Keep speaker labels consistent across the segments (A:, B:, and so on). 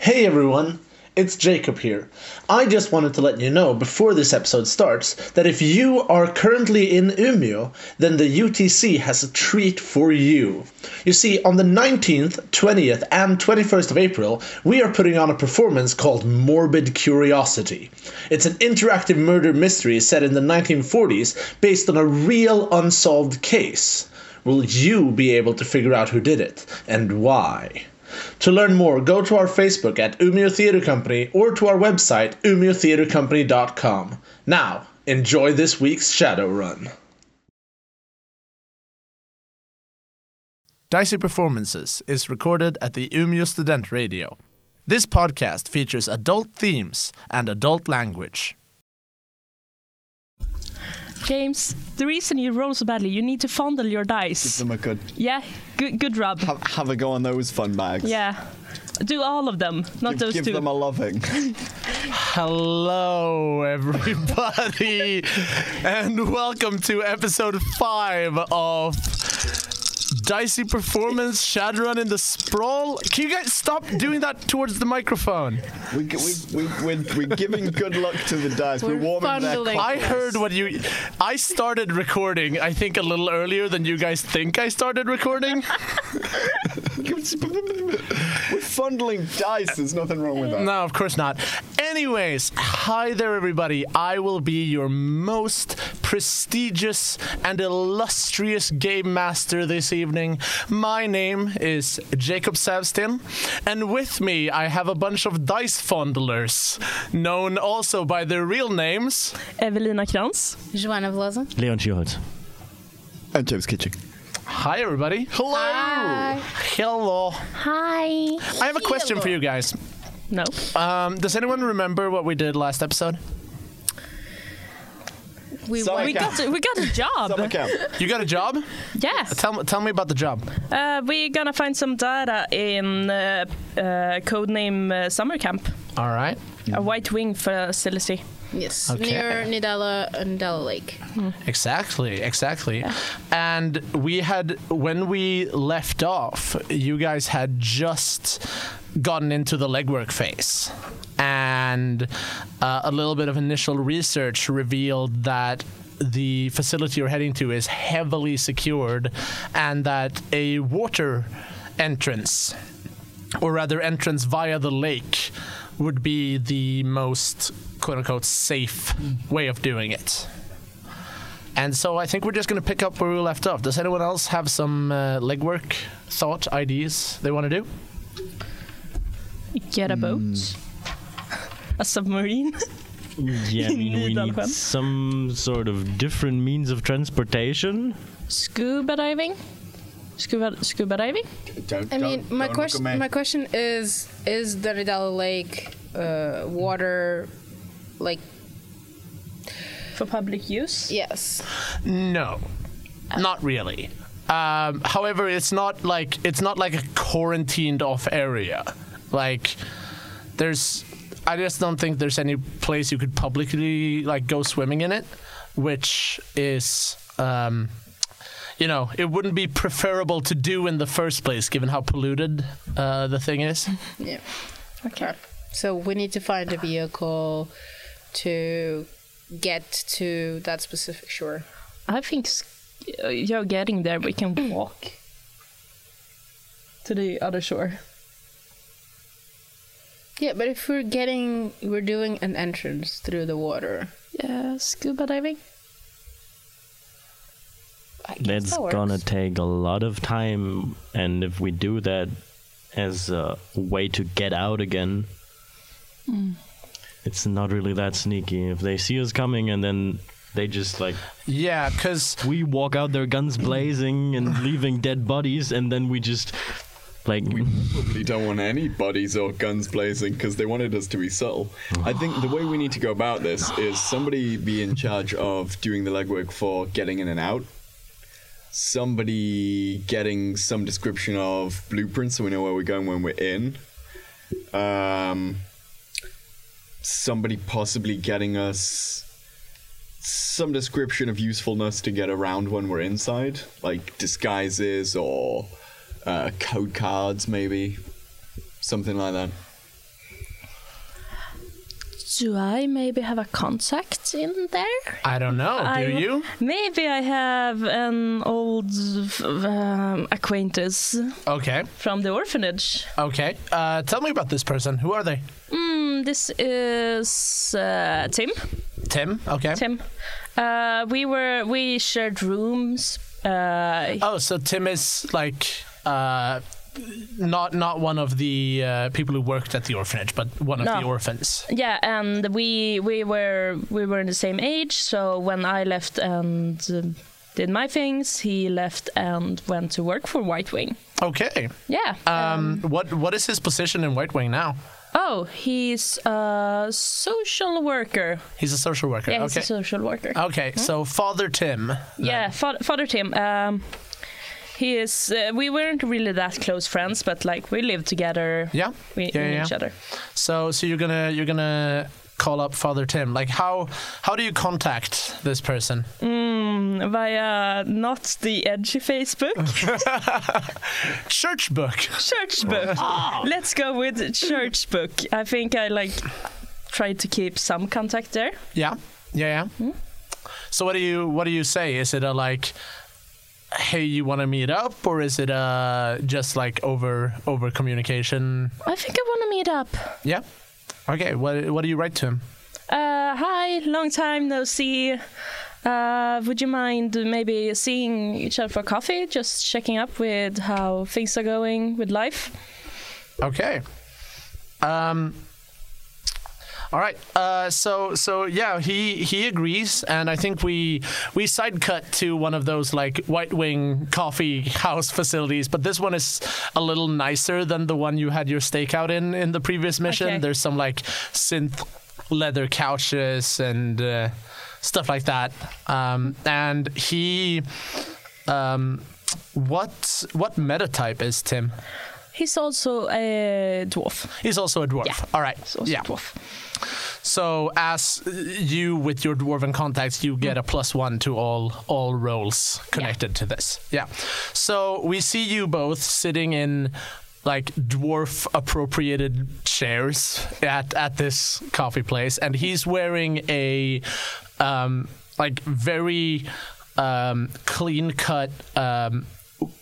A: Hey everyone, it's Jacob here. I just wanted to let you know before this episode starts that if you are currently in Umeå, then the UTC has a treat for you. You see, on the 19th, 20th, and 21st of April, we are putting on a performance called Morbid Curiosity. It's an interactive murder mystery set in the 1940s based on a real unsolved case. Will you be able to figure out who did it and why? To learn more, go to our Facebook at Umeå Theatre Company or to our website, umeåtheatrecompany.com. Now, enjoy this week's Shadow Run. Dicey Performances is recorded at the Umeå Student Radio. This podcast features adult themes and adult language.
B: James, the reason you roll so badly, you need to fondle your
C: Give
B: dice.
C: them a good
B: Yeah, good, good rub.
C: have, have a go on those fun bags.
B: Yeah, do all of them, not
C: Give,
B: those
C: give
B: two.
C: them a loving.
A: Hello, everybody, and welcome to episode five of Dicey Performance Shadowrun in the Sprawl. Can you guys stop doing that towards the microphone?
C: we, g- we, we, we're, we're giving good luck to the dice. We're,
D: We're
C: warming their
D: fondling.
C: cock-
A: I heard what you. I started recording, I think, a little earlier than you guys think I started recording.
C: We're fondling dice. There's nothing wrong with that.
A: No, of course not. Anyways, hi there, everybody. I will be your most prestigious and illustrious game master this evening. My name is Jacob Savstin, and with me, I have a bunch of dice fondlers, known also by their real names.
B: Evelina Krantz.
D: Joana Velosa.
E: Leon Schuholz.
C: And James Kitchen.
A: Hi, everybody. Hello.
D: Hi.
A: Hello.
D: Hi.
A: I have a question for you guys.
B: No.
A: Um, does anyone remember what we did last episode?
D: We
C: Sorry,
B: We
D: won.
C: Kat.
B: got a, we got a
C: Summer
B: job.
C: camp.
A: You got a job?
B: Yes.
A: Tell, tell me about the job.
B: Uh, we're gonna find some data in uh, uh, codename uh, Summer Camp,
A: All right.
C: Mm.
B: a white wing facility.
D: Yes.
A: Okay.
D: Near Nidala, Nidala Lake.
A: Exactly, exactly. And we had, when we left off, you guys had just gotten into the legwork phase. And uh, a little bit of initial research revealed that the facility you're heading to is heavily secured and that a water entrance, or rather, entrance via the lake, would be the most quote unquote safe way of doing it. And so I think we're just going to pick up where we left off. Does anyone else have some uh, legwork, thought, ideas they want to do?
B: Get a boat.
C: Mm.
B: A submarine.
E: Yeah, I mean, we
B: Need
E: need
B: Alpen.
E: some sort of different means of transportation.
B: Scuba diving. Scuba scuba diving.
C: Don't,
D: I mean, my question. My question is: Is the Nidala Lake uh, water? Like
B: For public use.
D: yes.
A: No, not really. Um, however, it's not like it's not like a quarantined off area. Like there's, I just don't think there's any place you could publicly like go swimming in it, which is. Um, you know, it wouldn't be preferable to do in the first place, given how polluted uh, the thing is.
D: Yeah.
B: Okay.
D: So we need to find a vehicle to get to that specific shore.
B: I think s- uh, you're getting there. We can walk to the other shore.
D: Yeah, but if we're getting, we're doing an entrance through the water.
B: Yeah, uh, scuba diving.
D: I guess
E: That's
D: that works.
E: gonna take a lot of time, and if we do that as a way to get out again,
D: Mm.
E: it's not really that sneaky. If they see us coming and then they just like
A: Yeah, because
E: we walk out their guns
D: Mm.
E: blazing and leaving dead bodies, and then we just like
C: We don't want any bodies or guns blazing because they wanted us to be subtle. I think the way we need to go about this is somebody be in charge of doing the legwork for getting in and out. Somebody getting some description of blueprints so we know where we're going when we're in. Um, somebody possibly getting us some description of usefulness to get around when we're inside, like disguises or uh, code cards, maybe something like that.
B: Do I maybe have a contact in there?
A: I don't know.
B: I
A: do
B: w-
A: you?
B: Maybe I have an old f- um, acquaintance
A: Okay.
B: from the orphanage.
A: Okay. Uh, tell me about this person. Who are they?
B: Mm, this is uh, Tim.
A: Tim. Okay.
B: Tim. Uh, we were we shared rooms. Uh,
A: Oh, so Tim is like uh, not not one of the uh, people who worked at the orphanage, but one of
B: No.
A: the orphans.
B: yeah, and we we were we were in the same age. So when I left and uh, did my things, he left and went to work for White Wing.
A: Okay.
B: Yeah.
A: Um, what what is his position in White Wing now?
B: oh, he's a social worker.
A: He's a social worker.
B: Yeah, he's
A: okay. Uh,
B: a social Hmm? worker.
A: okay. So Father Tim.
B: Yeah, Father, Father Tim. Um, he is. Uh, we weren't really that close friends, but like we lived together.
A: Yeah.
B: We
A: yeah,
B: we knew
A: yeah.
B: each other.
A: So so you're gonna you're gonna call up Father Tim. Like how how do you contact this person?
B: Mm, Via not the edgy Facebook,
A: Church book.
B: church book.
A: Oh.
B: Let's go with church book. I think I like tried to keep some contact there.
A: Yeah. Yeah. Yeah. Hmm? So what do you what do you say? Is it a like, hey, you want to meet up, or is it a just like over over communication?
B: I think I want to meet up.
A: Yeah. Okay. What what do you write to him?
B: Uh, hi, long time no see. Uh, would you mind maybe seeing each other for coffee? Just checking up with how things are going with life.
A: Okay. Um. All right. Uh, so so yeah, he he agrees, and I think we we side cut to one of those like White Wing coffee house facilities, but this one is a little nicer than the one you had your stakeout in in the previous mission.
B: Okay.
A: There's some like synth leather couches and uh, stuff like that, um, and he. Um, what what meta type is Tim?
B: He's also a dwarf.
A: He's also a dwarf.
B: Yeah.
A: All right.
B: He's also
A: yeah.
B: a dwarf.
A: So as you with your dwarven contacts, you get a plus one to all all rolls connected to this. Yeah. So we see you both sitting in like dwarf appropriated chairs at at this coffee place, and he's wearing a um, like very um, clean cut. Um,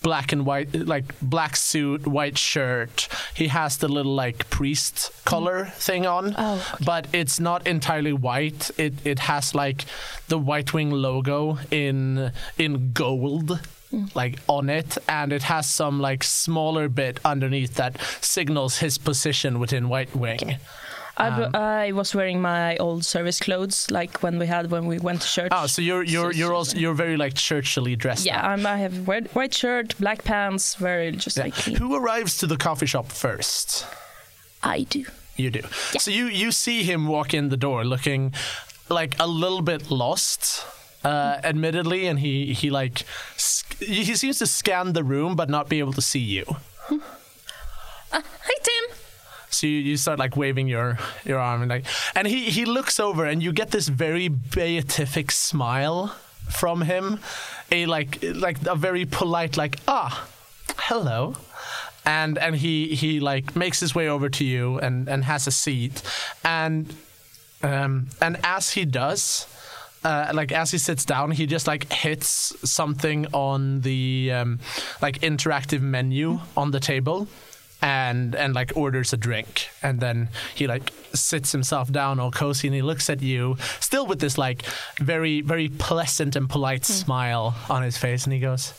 A: black and white like black suit white shirt he has the little like priest collar thing on
B: Oh,
A: but it's not entirely white. It it has like the White Wing logo in in gold, like on it, and it has some like smaller bit underneath that signals his position within White Wing.
B: I, bu-
A: Um,
B: I was wearing my old service clothes, like when we had when we went to church.
A: Oh, so you're you're you're also you're very like churchily dressed.
B: yeah,
A: up.
B: I'm, I have white, white shirt, black pants, very just like clean.
A: Who arrives to the coffee shop first?
B: I do.
A: You do. So you you see him walk in the door, looking like a little bit lost, uh, admittedly, and he he like sc- he seems to scan the room but not be able to see you.
B: Hi, Tim.
A: So you, you start like waving your your arm and like, and he he looks over and you get this very beatific smile from him, a like like a very polite like ah, hello. And, and he, he like makes his way over to you and, and has a seat and um, and as he does, uh, like as he sits down, he just like hits something on the um, like interactive menu on the table, and and like orders a drink, and then he like sits himself down all cozy, and he looks at you still with this like very very pleasant and polite smile on his face, and he goes.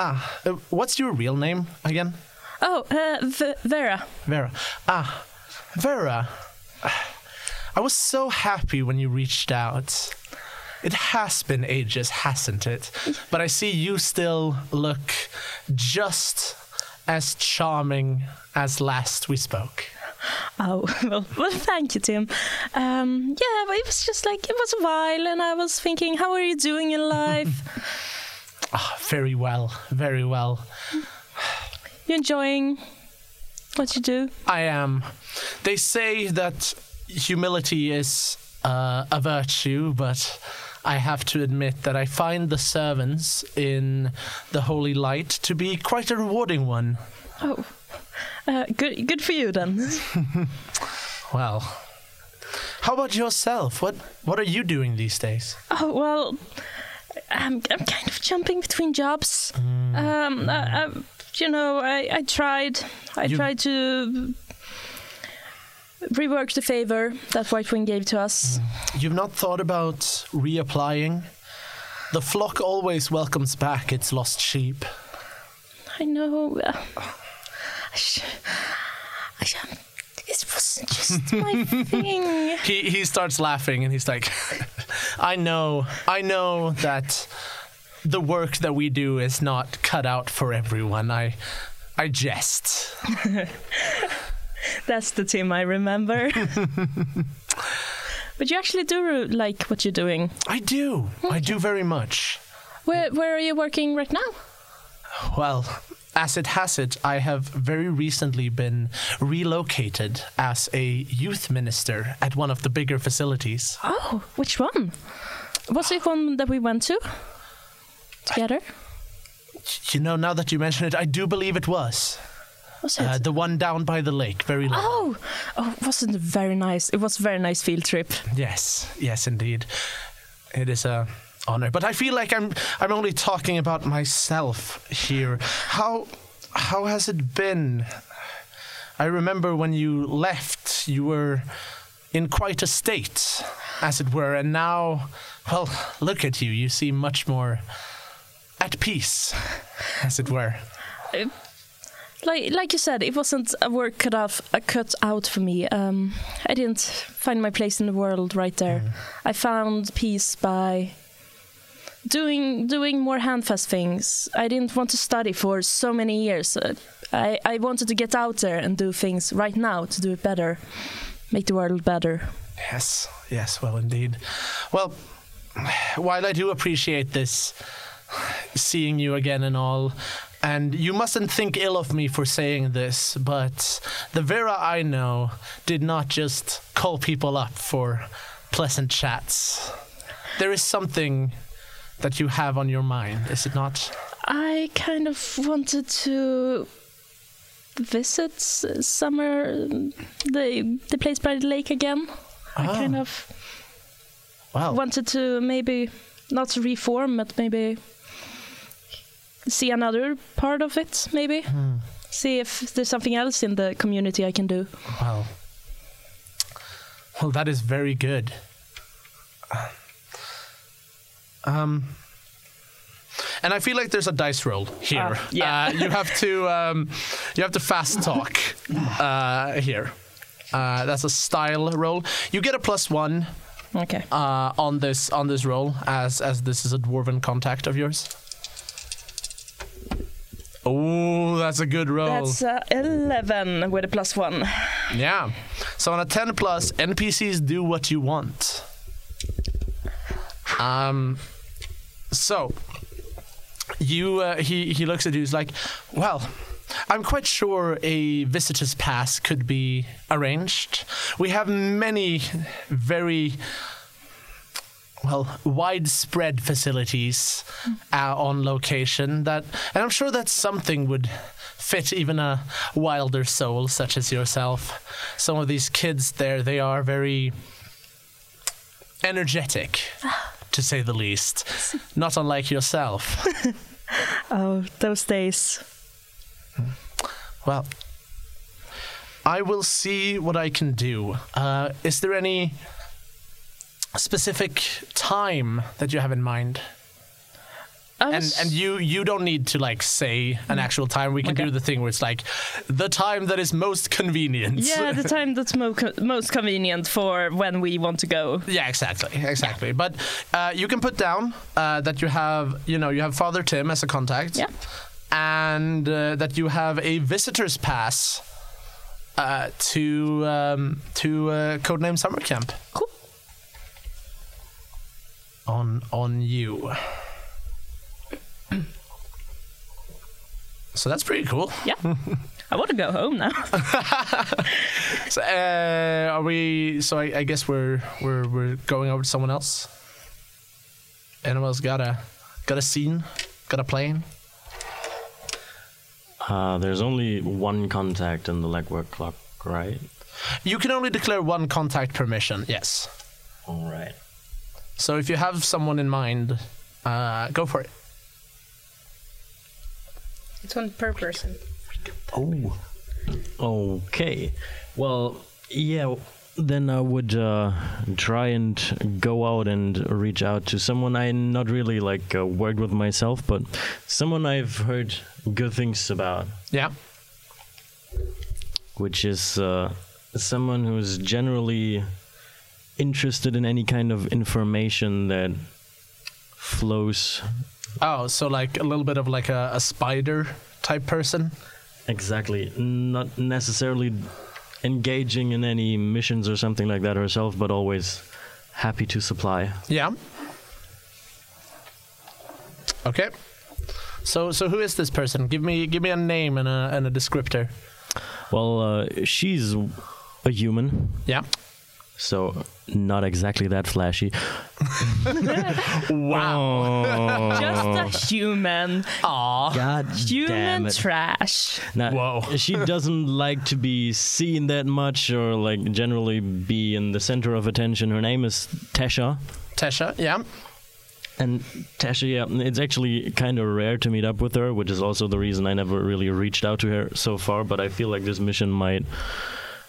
A: Ah, uh, what's your real name again?
B: Oh, uh, v- Vera.
A: Vera. Ah, Vera. I was so happy when you reached out. It has been ages, hasn't it? But I see you still look just as charming as last we spoke.
B: Oh, well, well thank you, Tim. Um, yeah, but it was just like, it was a while, and I was thinking, how are you doing in life?
A: Ah, Very well, very well.
B: you enjoying what you do?
A: I am. They say that humility is uh, a virtue, but I have to admit that I find the servants in the holy light to be quite a rewarding one.
B: Oh, uh, good, good for you then.
A: Well, How about yourself? What What are you doing these days?
B: Oh well, I'm I'm kind of jumping between jobs. Um, I, I, you know, I, I tried, I
A: You-
B: tried to rework the favor that White Wing gave to us.
A: You've not thought about reapplying? The flock always welcomes back its lost sheep.
B: I know. uh, I sh- I sh- it wasn't just my thing.
A: He he starts laughing and he's like, "I know, I know that the work that we do is not cut out for everyone. I I jest."
B: That's the team I remember. but you actually do ro- like what you're doing.
A: I do. I do very much.
B: Where where are you working right now?
A: Well, as it has it, I have very recently been relocated as a youth minister at one of the bigger facilities.
B: Oh, which one? Was it one that we went to together?
A: You know, now that you mention it, I do believe it was
B: Was it?
A: uh, the one down by the lake, very low.
B: oh, oh, it wasn't a very nice. It was a very nice field trip.
A: Yes, yes, indeed. It is a honor, but I feel like I'm I'm only talking about myself here. How how has it been? I remember when you left, you were in quite a state, as it were, and now, well, look at you. You seem much more at peace, as it were.
B: Like like you said, it wasn't a work cut out a cut out for me. Um, I didn't find my place in the world right there. I found peace by doing doing more handfast things. I didn't want to study for so many years. Uh, I I wanted to get out there and do things right now to do it better, make the world better.
A: Yes, yes, well, indeed. Well, while I do appreciate this, seeing you again and all, and you mustn't think ill of me for saying this, but the Vera I know did not just call people up for pleasant chats. There is something that you have on your mind, is it not?
B: I kind of wanted to visit s- summer the the place by the lake again. I kind of
A: Well,
B: wanted to maybe not reform, but maybe see another part of it. Maybe see if there's something else in the community I can do.
A: Well, well, Oh, that is very good.
B: Uh,
A: Um, and I feel like there's a dice roll here.
B: Ah, yeah.
A: Uh, you have to um, you have to fast talk uh, here. Uh, that's a style roll. You get a plus one
B: Okay.
A: uh, on this on this roll as as this is a dwarven contact of yours. Oh, that's a good roll.
B: That's uh, 11 with a plus one.
A: Yeah. So on a 10 plus, NPCs do what you want. Um. So you uh, he he looks at you. He's like, well. I'm quite sure a visitor's pass could be arranged. We have many very well widespread facilities
B: Mm.
A: uh, on location that and i'm sure that something would fit even a wilder soul such as yourself some of these kids there they are very energetic to say the least not unlike yourself
B: Oh, those days.
A: well i will see what i can do uh, is there any specific time that you have in mind
B: I
A: and
B: was- Mm.
A: and you you don't need to like say an actual time. We can do the thing where it's like the time that is most convenient.
B: yeah, the time that's mo- most convenient for when we want to go.
A: Yeah, exactly, exactly. But uh, you can put down uh, that you have, you know, you have Father Tim as a contact,
B: Yeah.
A: and uh, that you have a visitor's pass uh, to um, to uh, Codename Summer Camp.
B: Cool.
A: on on you. So that's pretty cool.
B: Yeah. I want to go home now.
A: So, uh, are we? So I, I guess we're we're we're going over to someone else. Anyone else got a got a scene? Got a plane?
E: Uh, there's only one contact in the legwork clock, right?
A: You can only declare one contact per mission. Yes.
E: All right.
A: So if you have someone in mind, uh, go for it.
D: It's one per person.
E: Oh. Okay. Well, yeah. Then I would uh, try and go out and reach out to someone I not really like uh, worked with myself, but someone I've heard good things about,
A: Yeah.
E: which is uh, someone who's generally interested in any kind of information that flows
A: Oh, so like a little bit of like a, a spider type person.
E: Exactly. Not necessarily engaging in any missions or something like that herself, but always happy to supply.
A: Yeah. Okay. So so who is this person? Give me give me a name and a and a descriptor.
E: Well, uh, she's a human,
A: Yeah.
E: so not exactly that flashy. wow.
B: Just a human.
A: Aw.
E: God damn
B: Human
E: it.
B: trash.
E: Nah,
A: Whoa.
E: she doesn't like to be seen that much or like generally be in the center of attention. Her name is Tesha.
A: Tesha. Yeah.
E: And Tasha, yeah, it's actually kind of rare to meet up with her, which is also the reason I never really reached out to her so far. But I feel like this mission might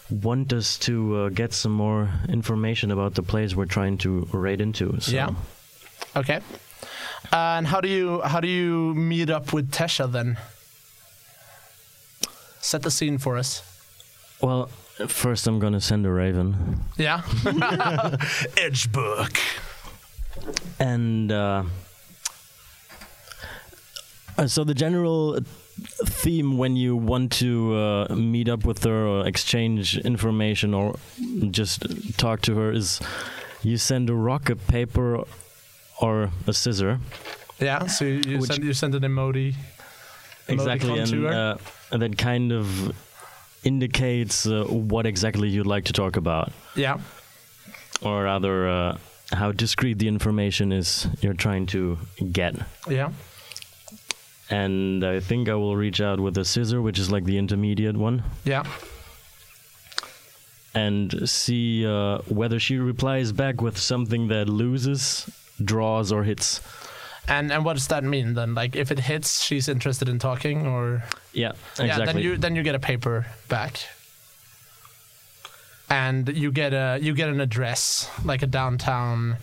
E: want us to uh, get some more information about the place we're trying to raid into. So.
A: Yeah. Okay. and how do you how do you meet up with Tesha then? Set the scene for us.
E: Well, first I'm gonna send a raven.
A: Yeah. Edge book.
E: and uh, uh, so the general theme when you want to uh, meet up with her or exchange information or just talk to her is you send a rock, a paper, or a scissor.
A: Yeah. So you, you
E: Which-
A: send you send an emoji.
E: Exactly,
A: Emoticon
E: and
A: to her?
E: uh, and that kind of indicates uh, what exactly you'd like to talk about,
A: Yeah.
E: or rather, uh, how discreet the information is you're trying to get.
A: Yeah.
E: and I think I will reach out with a scissor, which is like the intermediate one,
A: Yeah.
E: and see uh, whether she replies back with something that loses, draws, or hits.
A: And and what does that mean then? Like if it hits, she's interested in talking, or
E: Yeah,
A: yeah, then
E: exactly.
A: you then you get a paper back, and you get a you get an address like a downtown,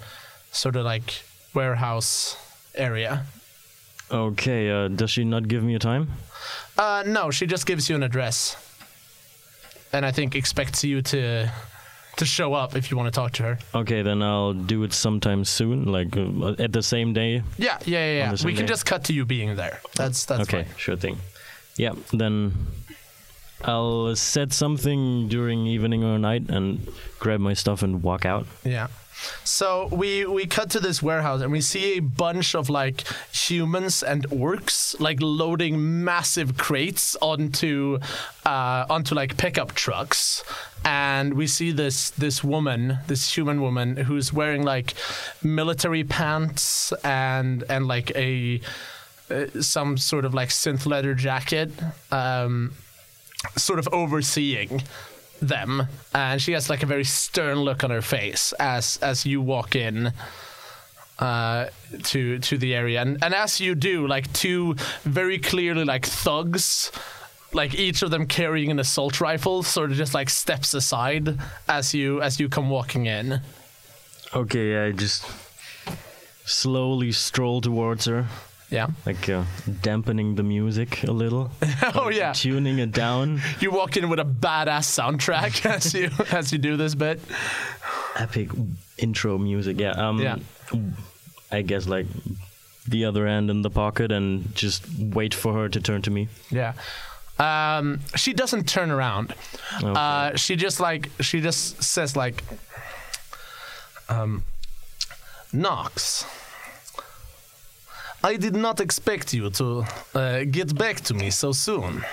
A: sort of like warehouse area.
E: okay, uh, does she not give me a time?
A: Uh, no, she just gives you an address, and I think expects you to to show up if you want to talk to her.
E: Okay, then I'll do it sometime soon, like uh, at the same day.
A: Yeah, yeah, yeah. yeah.
E: the same
A: We can
E: day.
A: just cut to you being there. That's that's
E: okay,
A: fine.
E: sure thing. Yeah, then I'll set something during evening or night and grab my stuff and walk out.
A: Yeah. So we we cut to this warehouse and we see a bunch of like humans and orcs like loading massive crates onto uh, onto like pickup trucks, and we see this this woman, this human woman who's wearing like military pants and and like a uh, some sort of like synth leather jacket. Um, sort of overseeing them and she has like a very stern look on her face as as you walk in uh to to the area and and as you do like two very clearly like thugs like each of them carrying an assault rifle sort of just like steps aside as you as you come walking in
E: Okay, I just slowly stroll towards her,
A: yeah
E: like uh, dampening the music a little,
A: oh yeah
E: tuning it down.
A: you walk in with a badass soundtrack as you as you do this bit
E: Epic intro music, yeah. Um,
A: Yeah.
E: I guess like the other hand in the pocket and just wait for her to turn to me.
A: Yeah. Um, she doesn't turn around. Uh, she just like she just says like, um, Knox. I did not expect you to uh, get back to me so soon.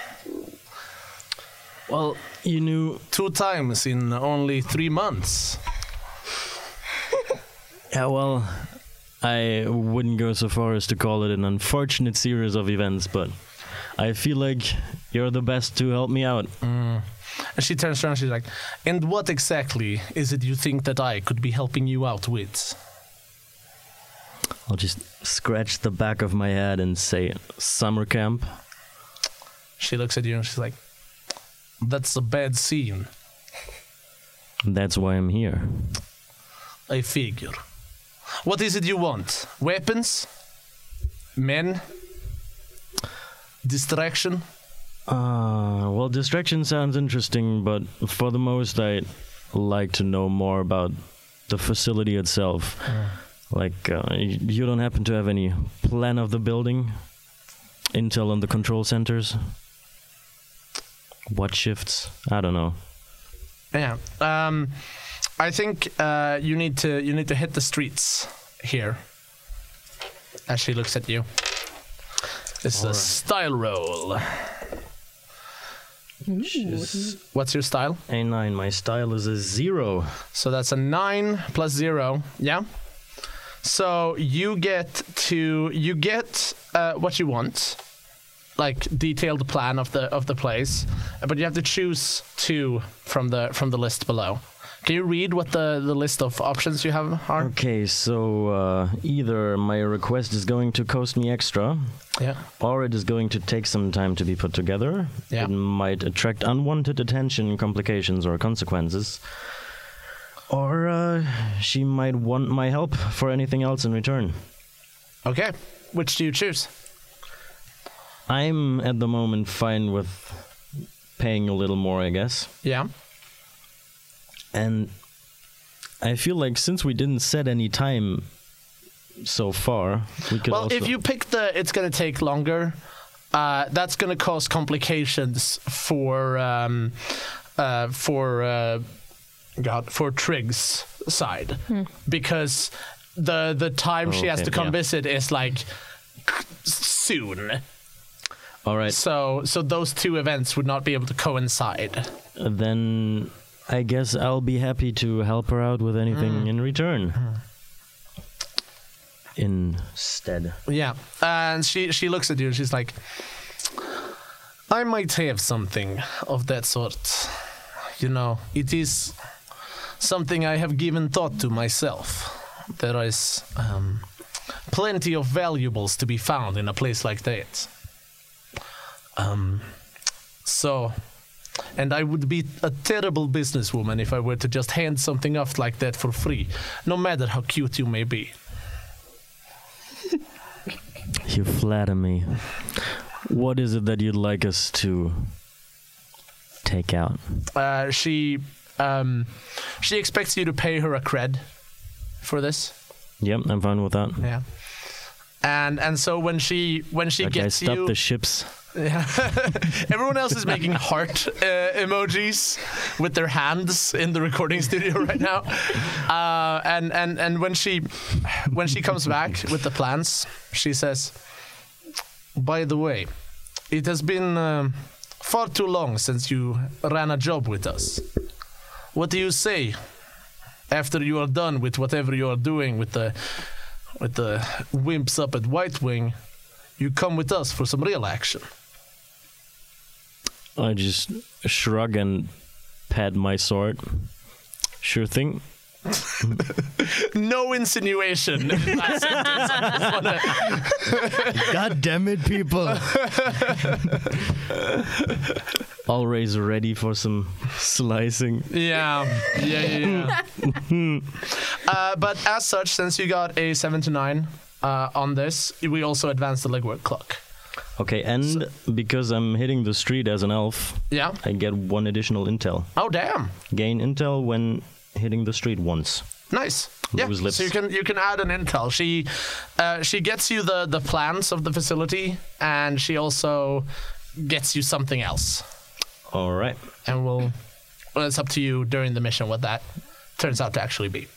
E: Well, you knew.
A: Two times in only three months.
E: Yeah, well, I wouldn't go so far as to call it an unfortunate series of events, but I feel like you're the best to help me out.
A: And she turns around. She's like, "And what exactly is it you think that I could be helping you out with?"
E: I'll just scratch the back of my head and say, summer camp.
A: She looks at you and she's like, "That's a bad scene."
E: That's why I'm here.
A: I figure. What is it you want? Weapons? Men? Distraction?
E: Uh, well, distraction sounds interesting, but for the most, I'd like to know more about the facility itself. Like, uh, y- you don't happen to have any plan of the building? Intel on the control centers? What shifts? I don't know.
A: Yeah. Um, I think uh, you need to you need to hit the streets here. As she looks at you. This is a style roll. What's your style?
E: A9, my style is a zero.
A: So that's a nine plus zero. Yeah. So you get to you get uh, what you want, like detailed plan of the of the place, but you have to choose two from the from the list below. Can you read what the the list of options you have are?
E: Okay, so uh, either my request is going to cost me extra,
A: Yeah.
E: or it is going to take some time to be put together.
A: Yeah.
E: It might attract unwanted attention, complications, or consequences. Or uh, she might want my help for anything else in return.
A: Okay. Which do you choose?
E: I'm at the moment fine with paying a little more, I guess.
A: Yeah.
E: And I feel like since we didn't set any time so far, we could
A: Well,
E: also.
A: if you pick the, it's gonna take longer. Uh, that's gonna cause complications for um, uh, for uh, God for Trig's side because the the time she has
E: Oh,
A: to
E: Okay,
A: come
E: yeah.
A: visit is like soon.
E: All right.
A: So so those two events would not be able to coincide.
E: then I guess I'll be happy to help her out with
A: Mm.
E: anything in return. Instead.
A: Yeah, and she she looks at you. and She's like, "I might have something of that sort. You know, it is something I have given thought to myself. There is um, plenty of valuables to be found in a place like that. Um, so." And I would be a terrible businesswoman if I were to just hand something off like that for free, no matter how cute you may be.
E: You flatter me. What is it that you'd like us to take out?
A: uh, she um, she expects you to pay her a cred for this.
E: Yep, I'm fine with that.
A: Yeah. And and so when she when she
E: Like I
A: gets
E: stop
A: you,
E: the ships.
A: everyone else is making heart uh, emojis with their hands in the recording studio right now. Uh, and and and when she when she comes back with the plans, she says, "By the way, it has been um far too long since you ran a job with us. What do you say after you are done with whatever you are doing with the with the wimps up at White Wing?" You come with us for some real action.
E: I just shrug and pat my sword. Sure thing.
A: no insinuation. in that sentence. I just wanna-
E: God damn it, people! Always ready for some slicing.
A: yeah, yeah, yeah. yeah. uh, but as such, since you got a seven to nine uh, on this, we also advanced the legwork clock.
E: Okay, and because I'm hitting the street as an elf,
A: Yeah.
E: I get one additional intel.
A: Oh damn!
E: Gain intel when hitting the street once.
A: Nice. Yeah.
E: Those lips.
A: So you can you can add an intel. She uh, she gets you the the plans of the facility, and she also gets you something else.
E: All right.
A: And we'll well, it's up to you during the mission what that turns out to actually be.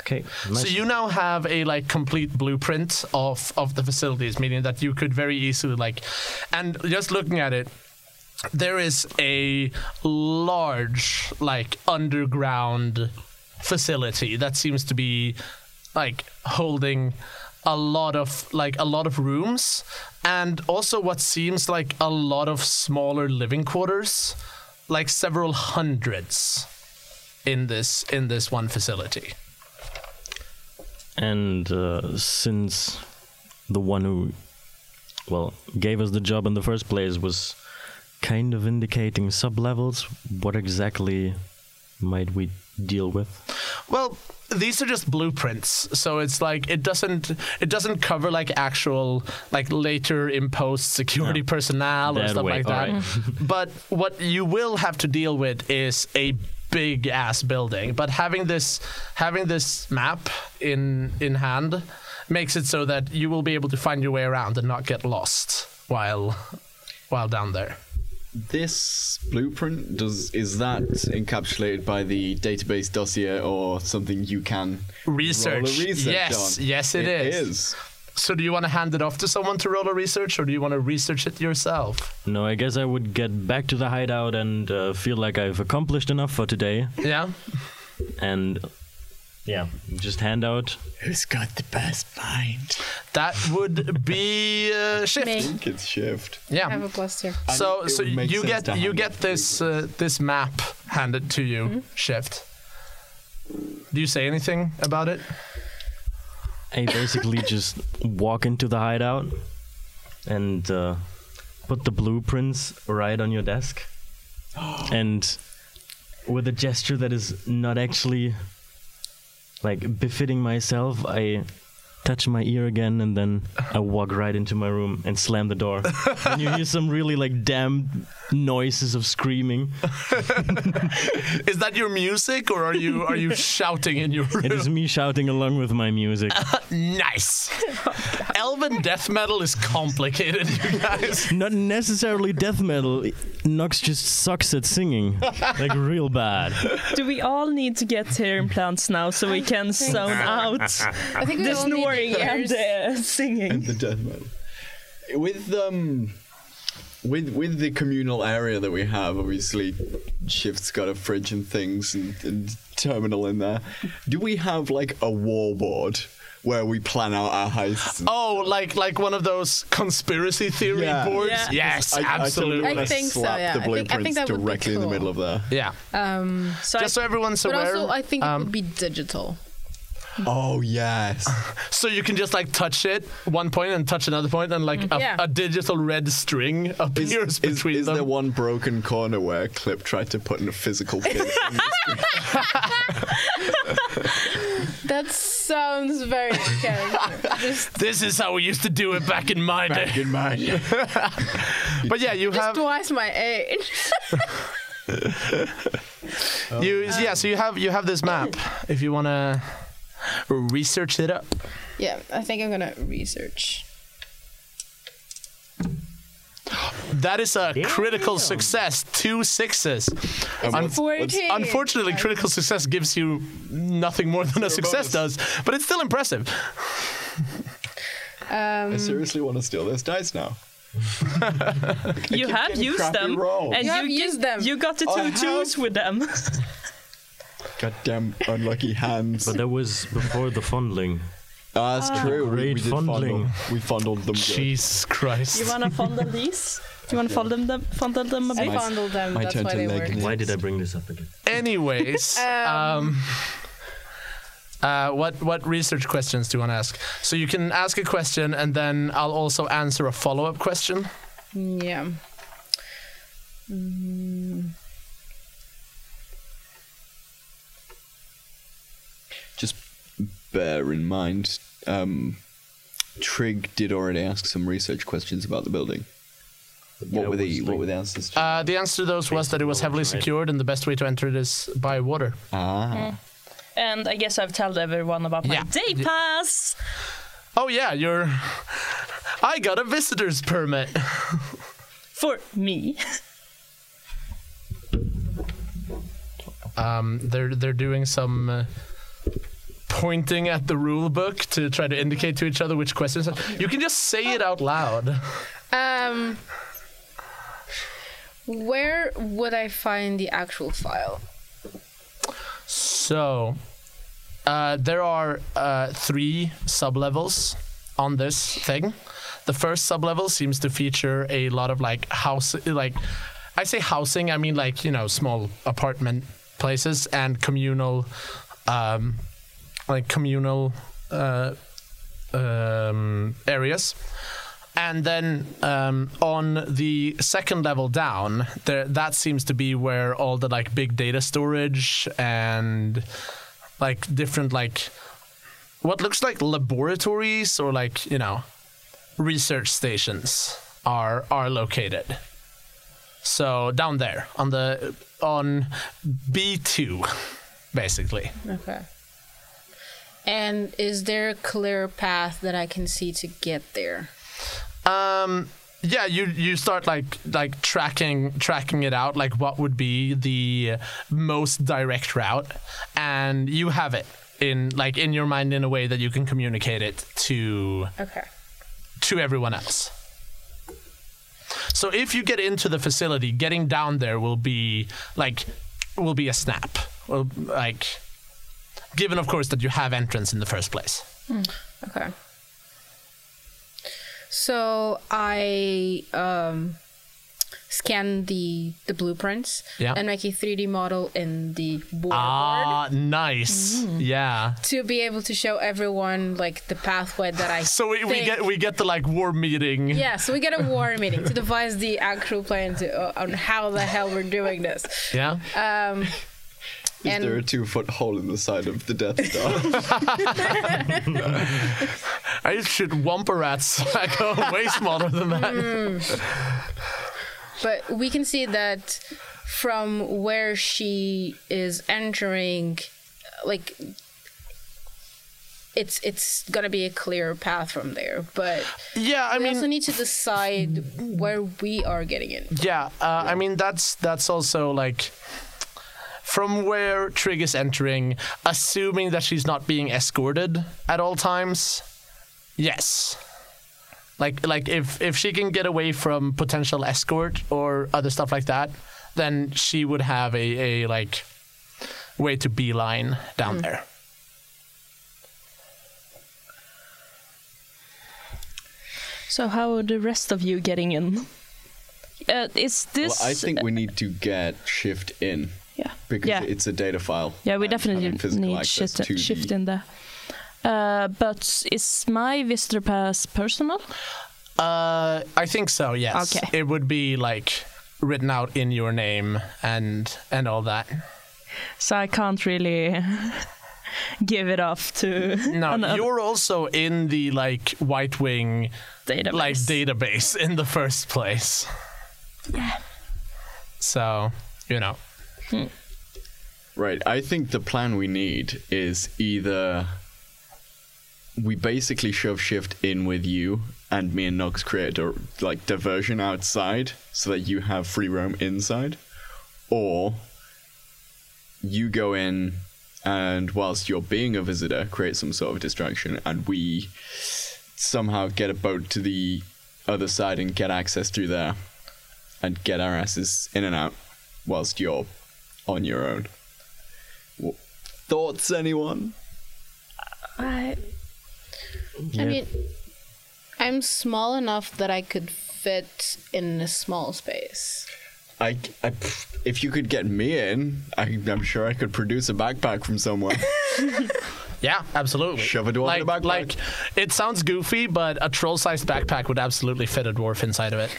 E: Okay.
A: So
E: Nice.
A: you now have a like complete blueprint of of the facilities, meaning that you could very easily like, and just looking at it, there is a large like underground facility that seems to be like holding a lot of like a lot of rooms and also what seems like a lot of smaller living quarters, like several hundreds in this in this one facility.
E: And uh, since the one who, well, gave us the job in the first place was kind of indicating sublevels, what exactly might we deal with?
A: Well, these are just blueprints, so it's like it doesn't it doesn't cover like actual like later imposed security
E: Yeah.
A: personnel or
E: That
A: stuff
E: way,
A: like that. but what you will have to deal with is a big ass building. But having this having this map in in hand makes it so that you will be able to find your way around and not get lost while while down there.
C: This blueprint does is that encapsulated by the database dossier or something you can
A: Research.
C: roll a research
A: Yes,
C: on?
A: yes, it
C: it
A: is.
C: is.
A: So do you want to hand it off to someone to roll a research, or do you want to research it yourself?
E: No, I guess I would get back to the hideout and uh, feel like I've accomplished enough for today.
A: Yeah.
E: And yeah, just hand out.
F: Who's got the best mind?
A: That would be uh, shift.
D: Me.
C: I think it's shift.
D: I have
A: Yeah.
D: a plus two.
A: So
C: And it
A: so
C: would make
A: you
C: sense to
A: get you
C: hand
A: get
C: it to
A: this uh, this map handed to you,
D: Mm-hmm.
A: shift. Do you say anything about it?
E: I basically just walk into the hideout and uh, put the blueprints right on your desk. and with a gesture that is not actually like befitting myself, I touch my ear again and then I walk right into my room and slam the door. and you hear some really like damn noises of screaming.
A: Is that your music, or are you are you shouting in your room?
E: It is me shouting along with my music.
A: nice. Elven death metal is complicated, you guys.
E: Not necessarily death metal. Nox just sucks at singing, like real bad.
B: Do we all need to get hair implants now so we can zone out
D: I think we
B: the
D: all need
B: snoring and
D: ears.
B: the singing?
C: The death metal. With um with with the communal area that we have, obviously shift's got a fridge and things and, and terminal in there. Do we have like a war board where we plan out our heists? and-
A: Oh, like like one of those conspiracy theory
C: Yeah.
A: boards.
B: Yeah.
A: Yes,
C: I- I totally
A: absolutely.
D: I
C: wanna
D: think so,
C: slap
D: yeah. I
C: The
D: think- I
C: blueprints
D: think that would be
C: directly in
D: cool.
C: the middle of there.
A: yeah.
D: Um,
B: So
A: Just so everyone's
D: but
A: aware.
D: also, I think
A: um,
D: it would be digital.
C: Oh yes.
A: so you can just like touch it one point and touch another point, and like a,
D: Mm-hmm. Yeah.
A: a digital red string
C: Is,
A: appears
C: is,
A: between
C: is
A: them.
C: there one broken corner where Clip tried to put in a physical pin? in the screen?
D: That sounds very scary. just,
A: this is how we used to do it back in my day.
C: Good man.
A: But yeah, you
D: just
A: have
D: twice my age.
A: you
D: Oh.
A: yeah, so you have you have this map if you want to research it up.
D: yeah, I think I'm gonna research.
A: That is a critical success, two sixes. Un-
D: Fourteen.
A: Unfortunately, critical success gives you nothing more than a success does, but it's still impressive.
D: Um,
C: I seriously want to steal those dice now.
B: you
C: keep
B: have
C: getting
B: used
C: crappy
B: them,
C: rolls.
B: and
D: You
B: you,
D: have
B: get-
D: used them.
B: You got the two
C: I have.
B: twos with them.
C: Goddamn unlucky hands.
E: But that was before the fondling.
C: Ah, that's true.
E: Great
C: did
E: fondling.
C: fondle- We fondled them. good.
A: Jesus Christ.
B: You wanna fondle these? You wanna fondle them? Fondle them a
D: I
B: bit.
D: fondled them.
C: my
D: That's
C: turn
D: why
C: to
D: they
C: leg
D: work.
E: Why did I bring this up again?
A: Anyways, um, uh, what what research questions do you want to ask? So you can ask a question, and then I'll also answer a follow up question.
D: Yeah. Mm,
C: Just bear in mind, um, Trig did already ask some research questions about the building. What
E: Yeah,
C: were the
E: was
C: What
E: like-
C: were the answers?
B: Ah.
C: To?
A: Uh, the answer to those was that it was heavily
E: knowledge, right?
A: secured, and the best way to enter it is by water.
C: ah,
B: And I guess I've told everyone about my
A: Yeah.
B: day
A: Yeah.
B: pass.
A: Oh yeah, you're. I got a visitor's permit.
B: For me,
A: Um, they're they're doing some. Uh, Pointing at the rule book to try to indicate to each other which questions. You can just say it out loud.
D: Um. Where would I find the actual file?
A: So, uh, there are uh, three sublevels on this thing. The first sublevel seems to feature a lot of like house, like I say housing, I mean like you know small apartment places and communal, um, like communal uh, um, areas. And then um, on the second level down, there that seems to be where all the like big data storage and like different like what looks like laboratories or like you know research stations are are located. So down there on the on B two, basically.
D: Okay. And is there a clear path that I can see to get there?
A: Um, yeah, you you start like like tracking tracking it out, like what would be the most direct route, and you have it in like in your mind in a way that you can communicate it to
D: Okay.
A: to everyone else. So if you get into the facility, getting down there will be like will be a snap. Well, like given of course that you have entrance in the first place.
D: Okay. So I um, scan the the blueprints
A: Yeah.
D: and make a 3D model in the board
A: Ah, nice. Yeah.
D: to be able to show everyone like the pathway that I.
A: So we, we
D: think-
A: get we get the like war meeting.
D: Yeah, so we get a war meeting to devise the actual plan to, uh, on how the hell we're doing this.
A: Yeah.
D: Um,
C: Is
D: And-
C: there a two foot hole in the side of the Death Star?
A: I should wumper rats like a way smaller than that.
D: Mm. but we can see that from where she is entering like it's it's gonna be a clear path from there but
A: Yeah, I
D: we
A: mean
D: also need to decide where we are getting in
A: yeah, uh, I mean that's that's also like from where Trig is entering, assuming that she's not being escorted at all times. Yes. Like like if if she can get away from potential escort or other stuff like that, then she would have a, a like way to beeline down
D: Mm.
A: there.
B: So how are the rest of you getting in? Uh, is
C: well,
B: this?
C: I think we need to get shift in
B: yeah.
C: because
B: yeah.
C: it's a data file.
B: yeah, we
C: and
B: definitely
C: having physical
B: need
C: access
B: shift,
C: to the-
B: shift in there. Uh, but is my visitor pass personal?
A: Uh, I think so. Yes.
B: Okay.
A: It would be like written out in your name and and all that.
B: So I can't really give it off to
C: Mm.
A: No,
B: another
A: you're also in the like White Wing
B: database.
A: like database in the first place.
B: Yeah.
A: So you know.
C: Right. I think the plan we need is either we basically shove shift in with you and me and Nox create a like diversion outside so that you have free roam inside, or you go in and whilst you're being a visitor, create some sort of distraction and we somehow get a boat to the other side and get access through there and get our asses in and out whilst you're on your own. W- Thoughts, anyone?
D: I,
E: Yeah.
D: I mean i'm small enough that i could fit in a small space
C: I, I- pff, if you could get me in, I, I'm sure I could produce a backpack from somewhere.
A: Yeah, absolutely.
C: Shove a dwarf
A: like,
C: in a backpack.
A: Like, it sounds goofy, but a troll-sized backpack would absolutely fit a dwarf inside of it.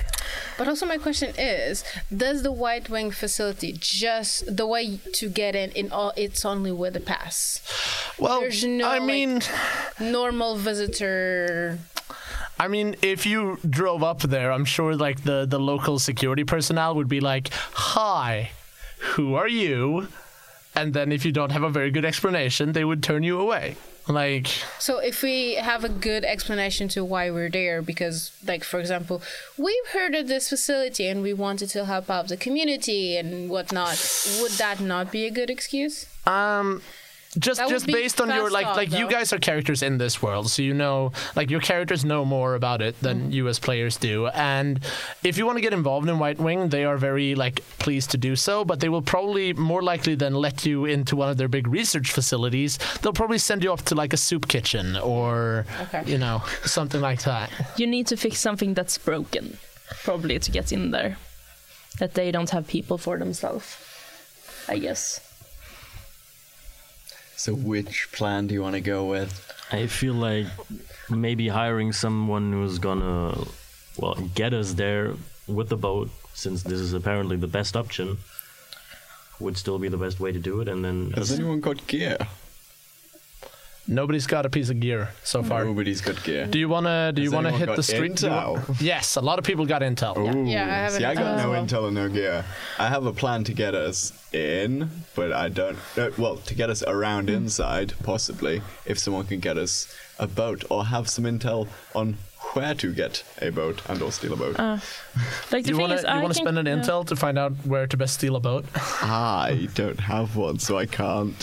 D: But also, my question is: Does the White Wing facility just the way to get in? In all, it's only with a pass.
A: Well,
D: There's no,
A: I
D: like,
A: mean,
D: Normal visitor.
A: I mean, if you drove up there, I'm sure like the the local security personnel would be like, "Hi, who are you?" And then if you don't have a very good explanation, they would turn you away. Like,
D: So, if we have a good explanation to why we're there, because, like, for example, we've heard of this facility and we wanted to help out the community and whatnot, would that not be a good excuse?
A: um, just
D: That would
A: just
D: be
A: based on your
D: fast
A: like
D: thought,
A: like you
D: though.
A: guys are characters in this world, so you know like your characters know more about it
D: Mm-hmm.
A: than you as players do. And if you want to get involved in White Wing, they are very like pleased to do so, but they will probably more likely than let you into one of their big research facilities. They'll probably send you off to like a soup kitchen or
D: Okay.
A: you know something like that.
B: You need to fix something that's broken, probably, to get in there. That they don't have people for themselves, I guess.
C: So which plan do you want to go with?
E: I feel like maybe hiring someone who's gonna, well, get us there with the boat, since this is apparently the best option, would still be the best way to do it. And then
C: Has anyone got gear?
A: Nobody's got a piece of gear so far.
C: Nobody's got gear.
A: Do you wanna do you
C: Has
A: wanna
C: anyone
A: hit
C: got
A: the street? do you wa-
C: intel?
A: Yes, a lot of people got intel.
C: Ooh,
D: Yeah, I have
C: see,
D: an
C: I got
D: intel as
C: no
D: well.
C: intel and no gear. I have a plan to get us in, but I don't. No, well, to get us around
D: Hmm.
C: inside, possibly, if someone can get us a boat or have some intel on where to get a boat and or steal a boat.
B: Like the
A: You
B: thing
A: wanna
B: is,
A: you
B: I
A: wanna
B: can-
A: spend an
B: yeah.
A: intel to find out where to best steal a boat?
C: I don't have one, so I can't.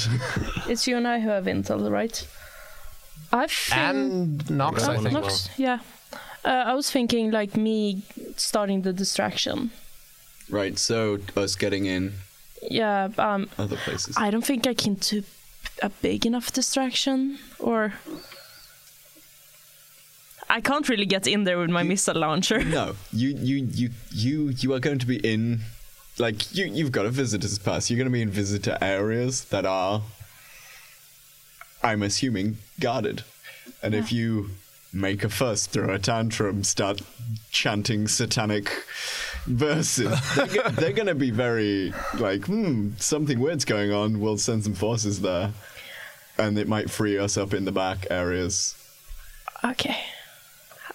B: It's you and I who have intel, right? I think.
A: and Nox, I
E: Right.
A: think.
E: Nox.
B: Nox, yeah. Uh, I was thinking like me starting the distraction.
C: right, so us getting in
B: Yeah, um,
C: other places.
B: I don't think I can do a big enough distraction, or I can't really get in there with my missile launcher.
C: No, you, you, you, you, you are going to be in, like you, you've got a visitor's pass. You're going to be in visitor areas that are, I'm assuming, guarded. And if you make a fuss, throw a tantrum, start chanting satanic verses, they're, go- they're going to be very like, hmm, something weird's going on. We'll send some forces there, and it might free us up in the back areas.
B: Okay,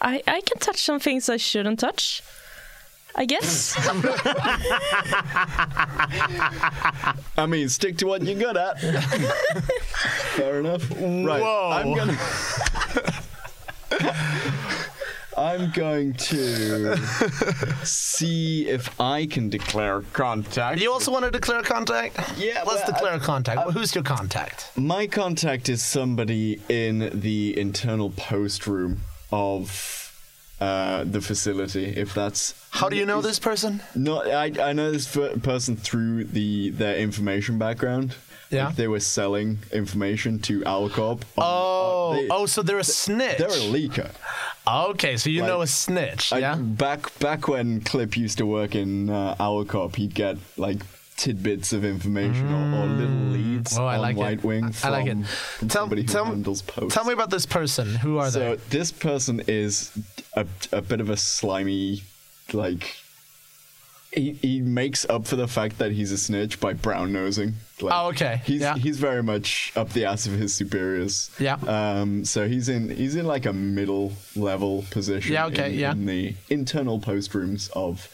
B: I I can touch some things I shouldn't touch. I guess.
C: I mean, stick to what you're good at. Fair enough. Right.
A: Whoa.
C: I'm gonna. I'm going to see if I can declare contact.
A: You also want to declare contact?
C: Yeah,
A: Let's
C: well,
A: declare contact. Who's your contact?
C: My contact is somebody in the internal post room of uh, the facility. If that's
A: How do you know this person?
C: No, I, I know this per- person through the their information background.
A: Yeah.
C: Like they were selling information to Alcorp. on-
A: Oh,
C: on- they-
A: oh, so they're a snitch.
C: they're a leaker.
A: okay, so you know a
C: Like,
A: snitch,
C: I-
A: yeah?
C: back back when Clip used to work in uh, Alcorp, he'd get like tidbits of information or, or little leads
A: Oh, I
C: on
A: like it.
C: White Wing
A: I
C: from,
A: like it.
C: from
A: Tell-
C: somebody who
A: tell-
C: handles posts.
A: Tell me about this person. Who are they?
C: So this person is a, a bit of a slimy, like. He, he makes up for the fact that he's a snitch by brown nosing. Like,
A: Oh, okay.
C: He's
A: Yeah.
C: he's very much up the ass of his superiors.
A: Yeah.
C: Um. So he's in he's in like a middle level position.
A: Yeah, okay,
C: in-
A: yeah.
C: In the internal post rooms of,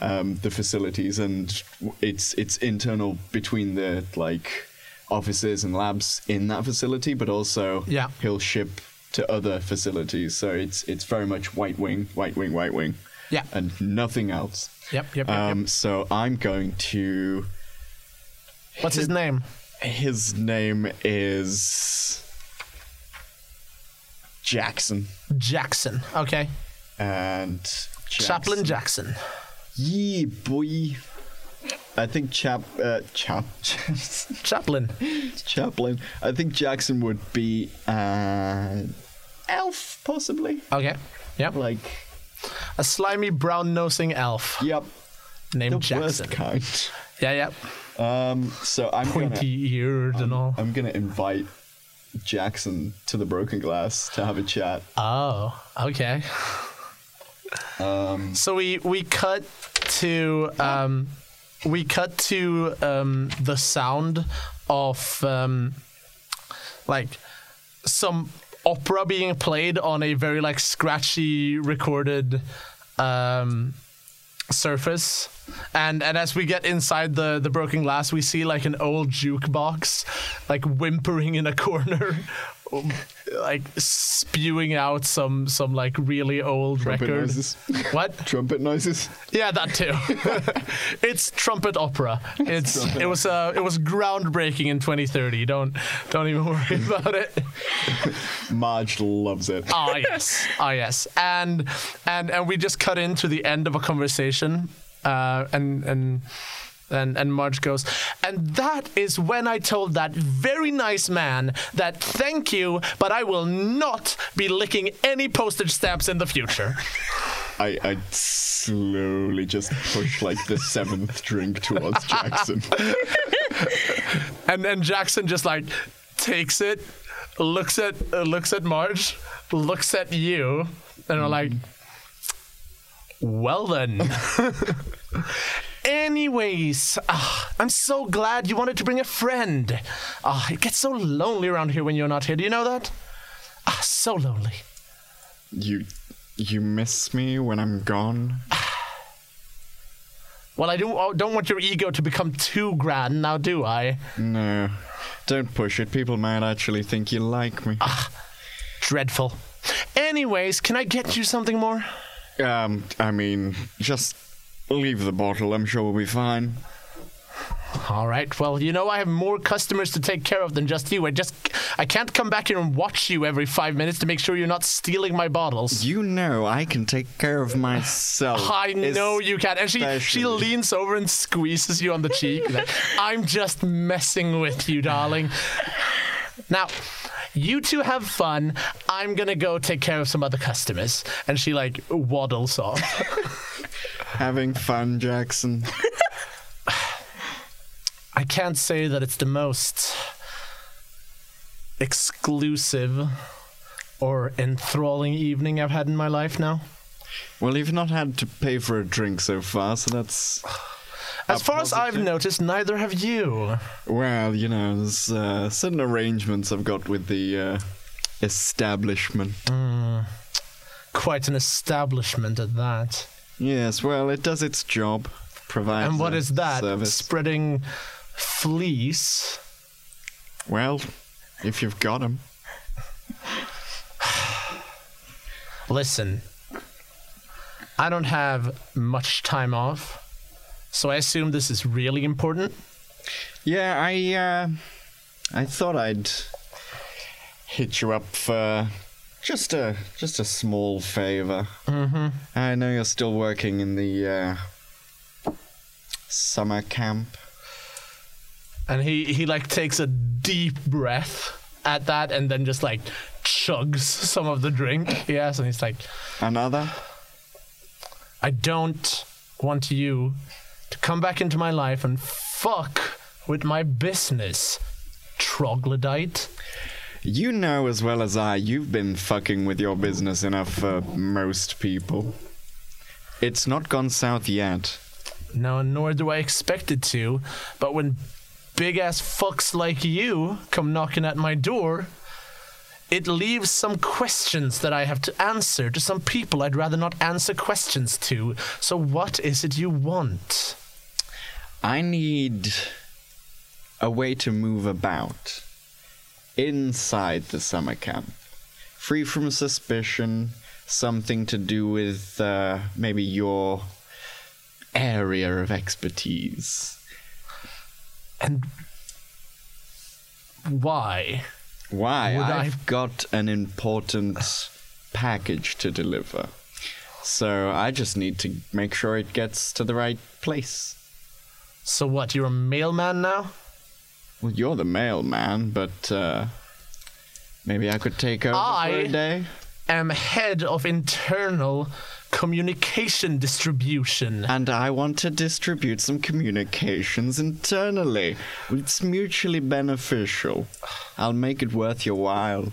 C: um, the facilities and it's it's internal between the like offices and labs in that facility, but also
A: Yeah.
C: he'll ship to other facilities. So it's it's very much white wing, white wing, white wing.
A: Yeah.
C: And nothing else.
A: Yep, yep, yep,
C: Um, so I'm going to
A: What's his name?
C: his name is Jackson.
A: Jackson. Okay.
C: And
A: Chaplain Jackson.
C: Yeah, boy. I think Chap uh, Chap
A: Chaplain.
C: Chaplin. I think Jackson would be uh, elf, possibly.
A: Okay. Yep.
C: Like,
A: A slimy brown nosing elf
C: yep,
A: named
C: the
A: Jackson.
C: worst kind.
A: Yeah, yep.
C: Um, so I'm gonna,
A: Pointy eared and all.
C: I'm gonna invite Jackson to the Broken Glass to have a chat.
A: Oh, okay. so we we cut to um, we cut to um, the sound of um, like some opera being played on a very like scratchy recorded um, surface. And and as we get inside the the broken glass, we see like an old jukebox, like whimpering in a corner, um, like spewing out some some like really old
C: Trumpet
A: record.
C: noises.
A: What?
C: Trumpet noises.
A: Yeah, that too. it's trumpet opera. It's it was uh, it was groundbreaking in 2030. Don't don't even worry about it.
C: Marge loves it.
A: Ah yes, ah yes. And and and we just cut into the end of a conversation, uh, and and. And, and Marge goes, and that is when I told that very nice man that thank you, but I will not be licking any postage stamps in the future.
C: I, I slowly just push like the seventh drink towards Jackson.
A: and then Jackson just like takes it, looks at uh, looks at Marge, looks at you, and are like, well then. Anyways, ah, I'm so glad you wanted to bring a friend. Ah, it gets so lonely around here when you're not here. Do you know that? Ah, so lonely.
C: you you miss me when I'm gone?
A: Well, I don't I don't want your ego to become too grand now, do I?
C: No. Don't push it. People might actually think you like me.
A: Dreadful. Anyways, can I get you something more?
C: Um, I mean, just leave the bottle. I'm sure we'll be fine.
A: All right. Well, you know I have more customers to take care of than just you. I just I can't come back here and watch you every 5 minutes to make sure you're not stealing my bottles.
C: You know I can take care of myself.
A: I know you can. And she she
C: especially-
A: leans over and squeezes you on the cheek. like, I'm just messing with you, darling. Now, you two have fun. I'm going to go take care of some other customers. And she like waddles off.
C: Having fun, Jackson.
A: I can't say that it's the most exclusive or enthralling evening I've had in my life now.
C: Well, you've not had to pay for a drink so far, so that's
A: As far as I've
C: positive.
A: noticed, neither have you.
C: well, you know, there's uh, certain arrangements I've got with the uh, establishment.
A: Quite an establishment at that.
C: Yes, well, it does its job. Provides
A: and what
C: a
A: is that?
C: Service.
A: Spreading fleece?
C: well, if you've got 'em.
A: Listen, I don't have much time off, so I assume this is really important.
C: Yeah, I uh, I thought I'd hit you up for just a just a small favor. Mm-hmm. I know you're still working in the uh, summer camp.
A: And he, he like takes a deep breath at that and then just like chugs some of the drink. Yes, and he's like,
C: Another?
A: I don't want you to come back into my life and fuck with my business, troglodyte.
C: You know as well as I, you've been fucking with your business enough for most people. It's not gone south yet.
A: No, nor do I expect it to, but when big ass fucks like you come knocking at my door, it leaves some questions that I have to answer to some people I'd rather not answer questions to. So, what is it you want?
C: I need a way to move about inside the summer camp, free from suspicion, something to do with uh, maybe your area of expertise.
A: And why?
C: Why?
A: Would I-
C: I've got an important package to deliver. So I just need to make sure it gets to the right place.
A: So, what? You're a mailman now?
C: Well, you're the mailman, but uh, maybe I could take over for
A: I-
C: a day.
A: Am head of internal communication distribution.
C: And I want to distribute some communications internally. It's mutually beneficial. I'll make it worth your while.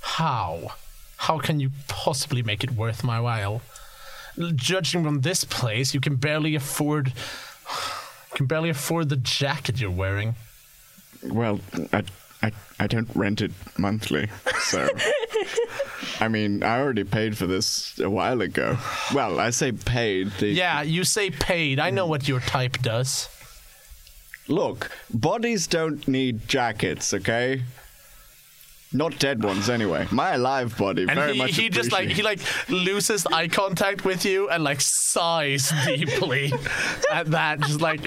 A: How? How can you possibly make it worth my while? L- Judging from this place, you can barely afford. You can barely afford the jacket you're wearing.
C: Well, I, I, I don't rent it monthly, so. I mean, I already paid for this a while ago. Well, I say paid. The,
A: Yeah, you say paid. I know what your type does.
C: Look, bodies don't need jackets, okay? Not dead ones, anyway. My alive body.
A: And
C: very
A: he,
C: much
A: he just like he
C: appreciated.
A: like loses eye contact with you and like sighs deeply at that. Just like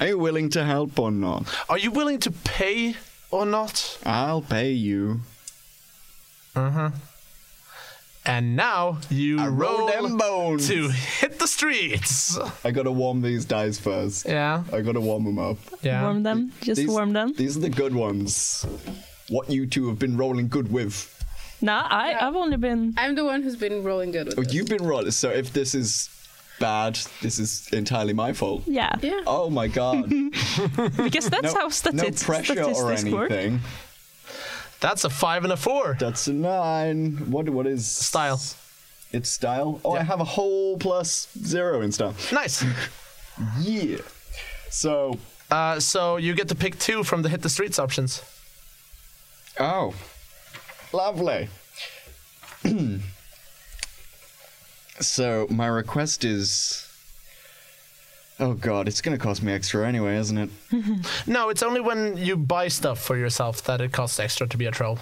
C: Are you willing to help or not?
A: Are you willing to pay or not?
C: I'll pay you.
A: And now you
C: I roll
A: roll
C: them bones.
A: to hit the streets.
C: I gotta warm these dice first.
A: Yeah.
C: I gotta warm them up.
A: Yeah.
B: Warm them. Just
C: These-
B: warm them.
C: These are the good ones. What you two have been rolling good with.
B: nah, I, I've only been.
D: I'm the one who's been rolling good with
C: Oh,
D: this.
C: you've been rolling. So if this is bad, this is entirely my fault.
B: Yeah.
D: Yeah.
C: Oh my god. No,
B: Because that's how
C: no
B: statistics,
C: pressure or
B: statistics work.
C: anything.
A: That's a five and a four.
C: That's a nine. What what is
A: Style.
C: It's style. Oh, I
A: Yeah.
C: have a whole plus zero in style.
A: Nice.
C: Yeah. So
A: Uh, so you get to pick two from the hit the streets options.
C: Oh. Lovely. so, my request is. Oh god, it's gonna cost me extra anyway, isn't it?
A: No, it's only when you buy stuff for yourself that it costs extra to be a troll.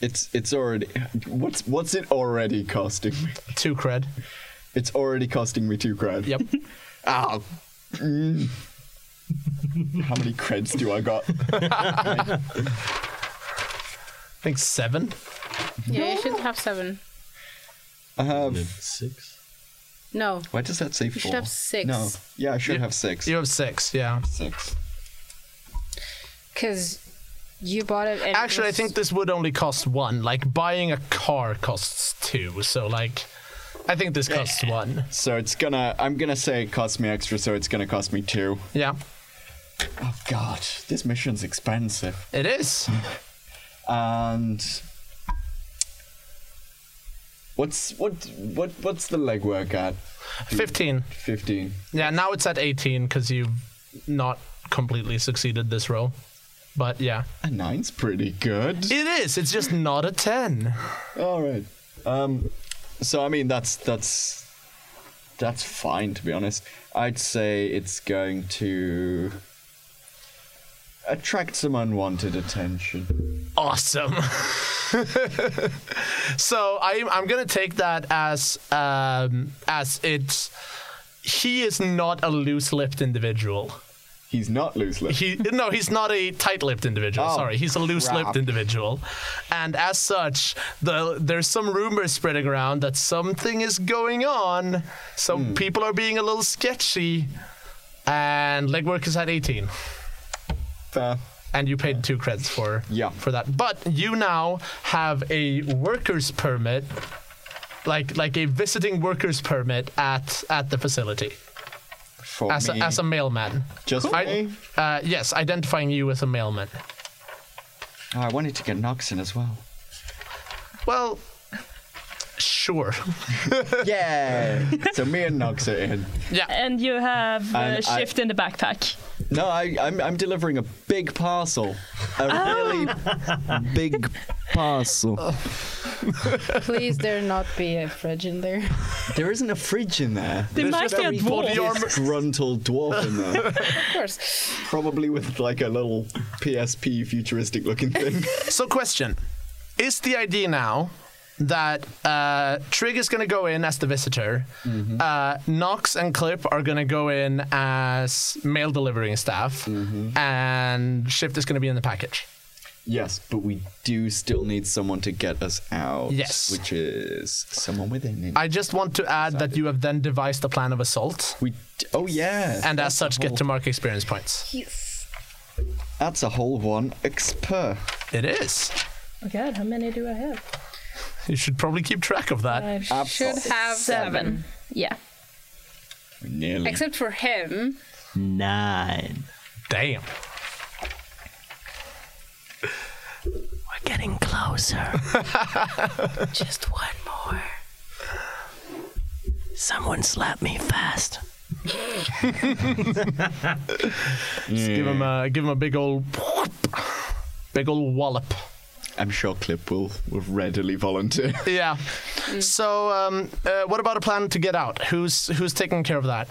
C: It's it's already what's what's it already costing me?
A: Two cred.
C: It's already costing me two cred.
A: Yep.
C: Oh. Mm. How many creds do I got?
A: I think seven.
D: Yeah, you should have seven.
C: I have.
E: Six.
D: No.
C: Why does that say four?
D: should have six.
C: No. Yeah, I should
A: You-
C: have six.
A: You have six, yeah.
C: Six.
D: Because you bought it. And it
A: Actually, I
D: was-
A: think this would only cost one. Like buying a car costs two, so like, I think this costs one.
C: So it's gonna. I'm gonna say it cost me extra, so it's gonna cost me two.
A: Yeah,
C: Oh god, this mission's expensive.
A: it is.
C: And what's what what what's the legwork at?
A: Fifteen.
C: Fifteen.
A: Yeah, now it's at eighteen because you've not completely succeeded this row. But yeah,
C: A nine's pretty good.
A: it is. It's just not a ten.
C: All right. Um, so I mean that's that's that's fine to be honest. I'd say it's going to attract some unwanted attention.
A: Awesome. so I'm I'm gonna take that as um as it's he is not a loose-lipped individual.
C: He's not loose lips.
A: he no he's not a tight-lipped individual
C: Oh,
A: sorry he's a
C: crap.
A: loose-lipped individual and as such the there's some rumors spreading around that something is going on some
C: Hmm.
A: people are being a little sketchy and legwork is at 18
C: Fair.
A: and you paid two creds for
C: Yeah.
A: for that but you now have a workers permit like like a visiting workers permit at at the facility
C: For
A: as a,
C: me.
A: as a mailman
C: Just for
A: I,
C: me?
A: uh, yes identifying you as a mailman
C: Oh, I wanted to get Noxin as well.
A: Well, sure.
C: Yeah. so me and Nox are in.
A: Yeah.
B: And you have a
C: And I-
B: shift in the backpack.
C: No, I, I'm I'm delivering a big parcel, a really big parcel.
D: Please, there not be a fridge in there.
C: There isn't a fridge in there.
B: They might
A: just
B: be a
A: every body
B: dwarf.
A: armor-
C: Disgruntled dwarf in there.
D: Of course.
C: Probably with like a little PSP futuristic looking thing.
A: So, question Is the idea now that uh, Trig is going to go in as the visitor, uh, Nox and Clip are going to go in as mail delivering staff, and Shift is going to be in the package?
C: yes, but we do still need someone to get us out.
A: Yes.
C: Which is someone within it.
A: I just want to add that you have then devised a plan of assault.
C: we d- oh yeah.
A: And as such, get to mark experience points.
D: Yes.
C: that's a whole one. Exper.
A: It is.
B: Oh god, how many do I have?
A: You should probably keep track of that.
B: I
C: Absol-
D: Should have Uh, seven.
B: Yeah.
C: Nearly.
D: Except for him.
E: Nine.
A: Damn.
F: We're getting closer.
D: Just one more.
F: Someone slap me fast.
A: Give him a give him a big old big old wallop.
C: I'm sure Clip will, will readily volunteer.
A: Yeah. So um, uh, what about a plan to get out? Who's who's taking care of that?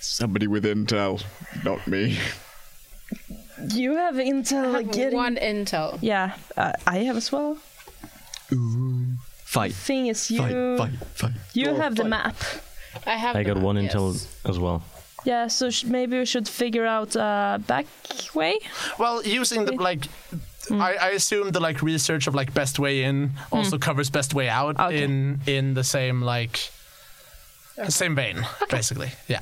C: Somebody with intel, not me.
B: You have intel
D: Have
B: getting.
D: One intel.
B: Yeah, uh, I have as well.
E: Fight.
B: Thing is, you
E: fight.
B: you have the map.
D: I have.
E: I
D: the
E: got
D: map,
E: one
D: yes.
E: intel as well.
B: Yeah, so sh- maybe we should figure out a back way.
A: Well, using the like, I, I assume the like research of like best way in also covers best way out
B: Okay.
A: in in the same like same vein, basically. Yeah.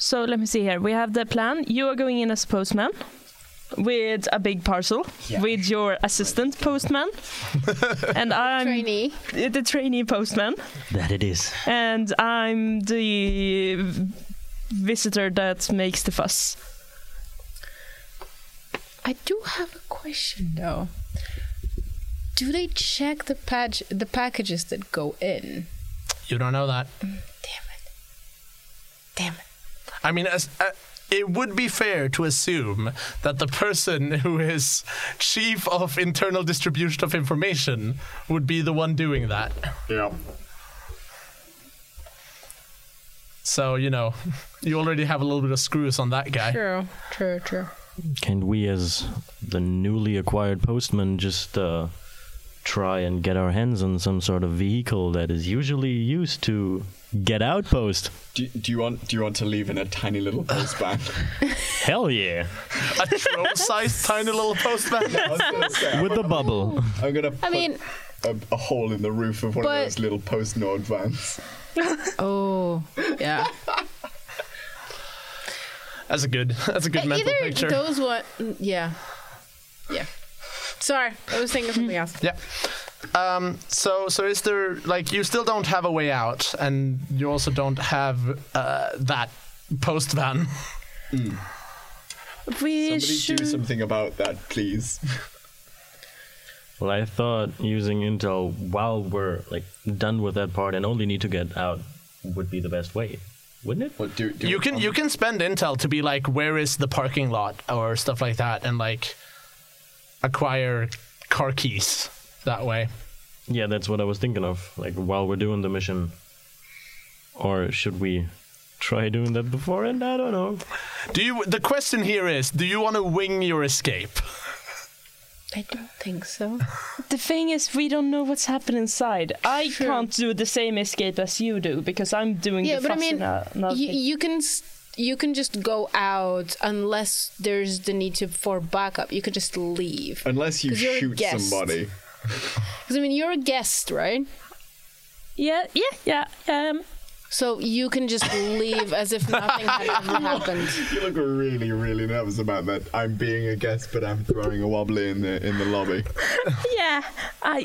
B: So let me see here. We have the plan. You are going in as postman with a big parcel with your assistant postman, and I'm
D: Trainee.
B: the trainee postman,
E: That it is.
B: and I'm the visitor that makes the fuss.
D: I do have a question though. Do they check the page the packages that go in?
A: You don't know that.
D: Damn it. Damn it.
A: I mean, as, uh, it would be fair to assume that the person who is chief of internal distribution of information would be the one doing that.
C: Yeah.
A: So you know, you already have a little bit of screws on that guy.
D: True, true, true.
E: Can we, as the newly acquired postman, just uh, try and get our hands on some sort of vehicle that is usually used to get outpost?
C: Do, do you want do you want to leave in a tiny little postman?
E: Hell yeah!
A: A troll-sized tiny little postman.
C: I was gonna say,
E: With the bubble.
C: I'm gonna
D: I
C: put
D: mean,
C: a, a hole in the roof of one
D: But-
C: of those little post Nord vans.
D: oh, yeah.
A: That's a good. That's a good mental
D: Either
A: picture.
D: those one, mm, yeah, yeah. Sorry, I was thinking of something else.
A: Yeah. Um, so, so is there like you still don't have a way out, and you also don't have uh, that post van?
B: We
C: Somebody do
B: should.
C: something about that, please.
E: Well, I thought using intel while we're like done with that part and only need to get out would be the best way, wouldn't it?
C: What do, do
A: You can you can spend intel to be like, where is the parking lot or stuff like that, and like acquire car keys that way.
E: Yeah, that's what I was thinking of. Like while we're doing the mission, or should we try doing that before? And I don't know.
A: Do you? The question here is, do you want to wing your escape?
D: I don't think so.
B: The thing is, we don't know what's happened inside. I
D: Sure.
B: can't do the same escape as you do because I'm doing
D: yeah,
B: the
D: but I
B: fuss
D: mean,
B: in a- another
D: you,
B: thing.
D: you can s- you can just go out unless there's the need to for backup. You can just leave.
C: Unless you
D: 'Cause you're a
C: shoot
D: guest.
C: somebody.
D: Because I mean, you're a guest, right?
B: yeah, yeah, yeah, yeah. Um,
D: So you can just leave as if nothing had ever happened.
C: You look really, really nervous about that. I'm being a guest, but I'm throwing a wobbly in the in the lobby.
B: yeah, I.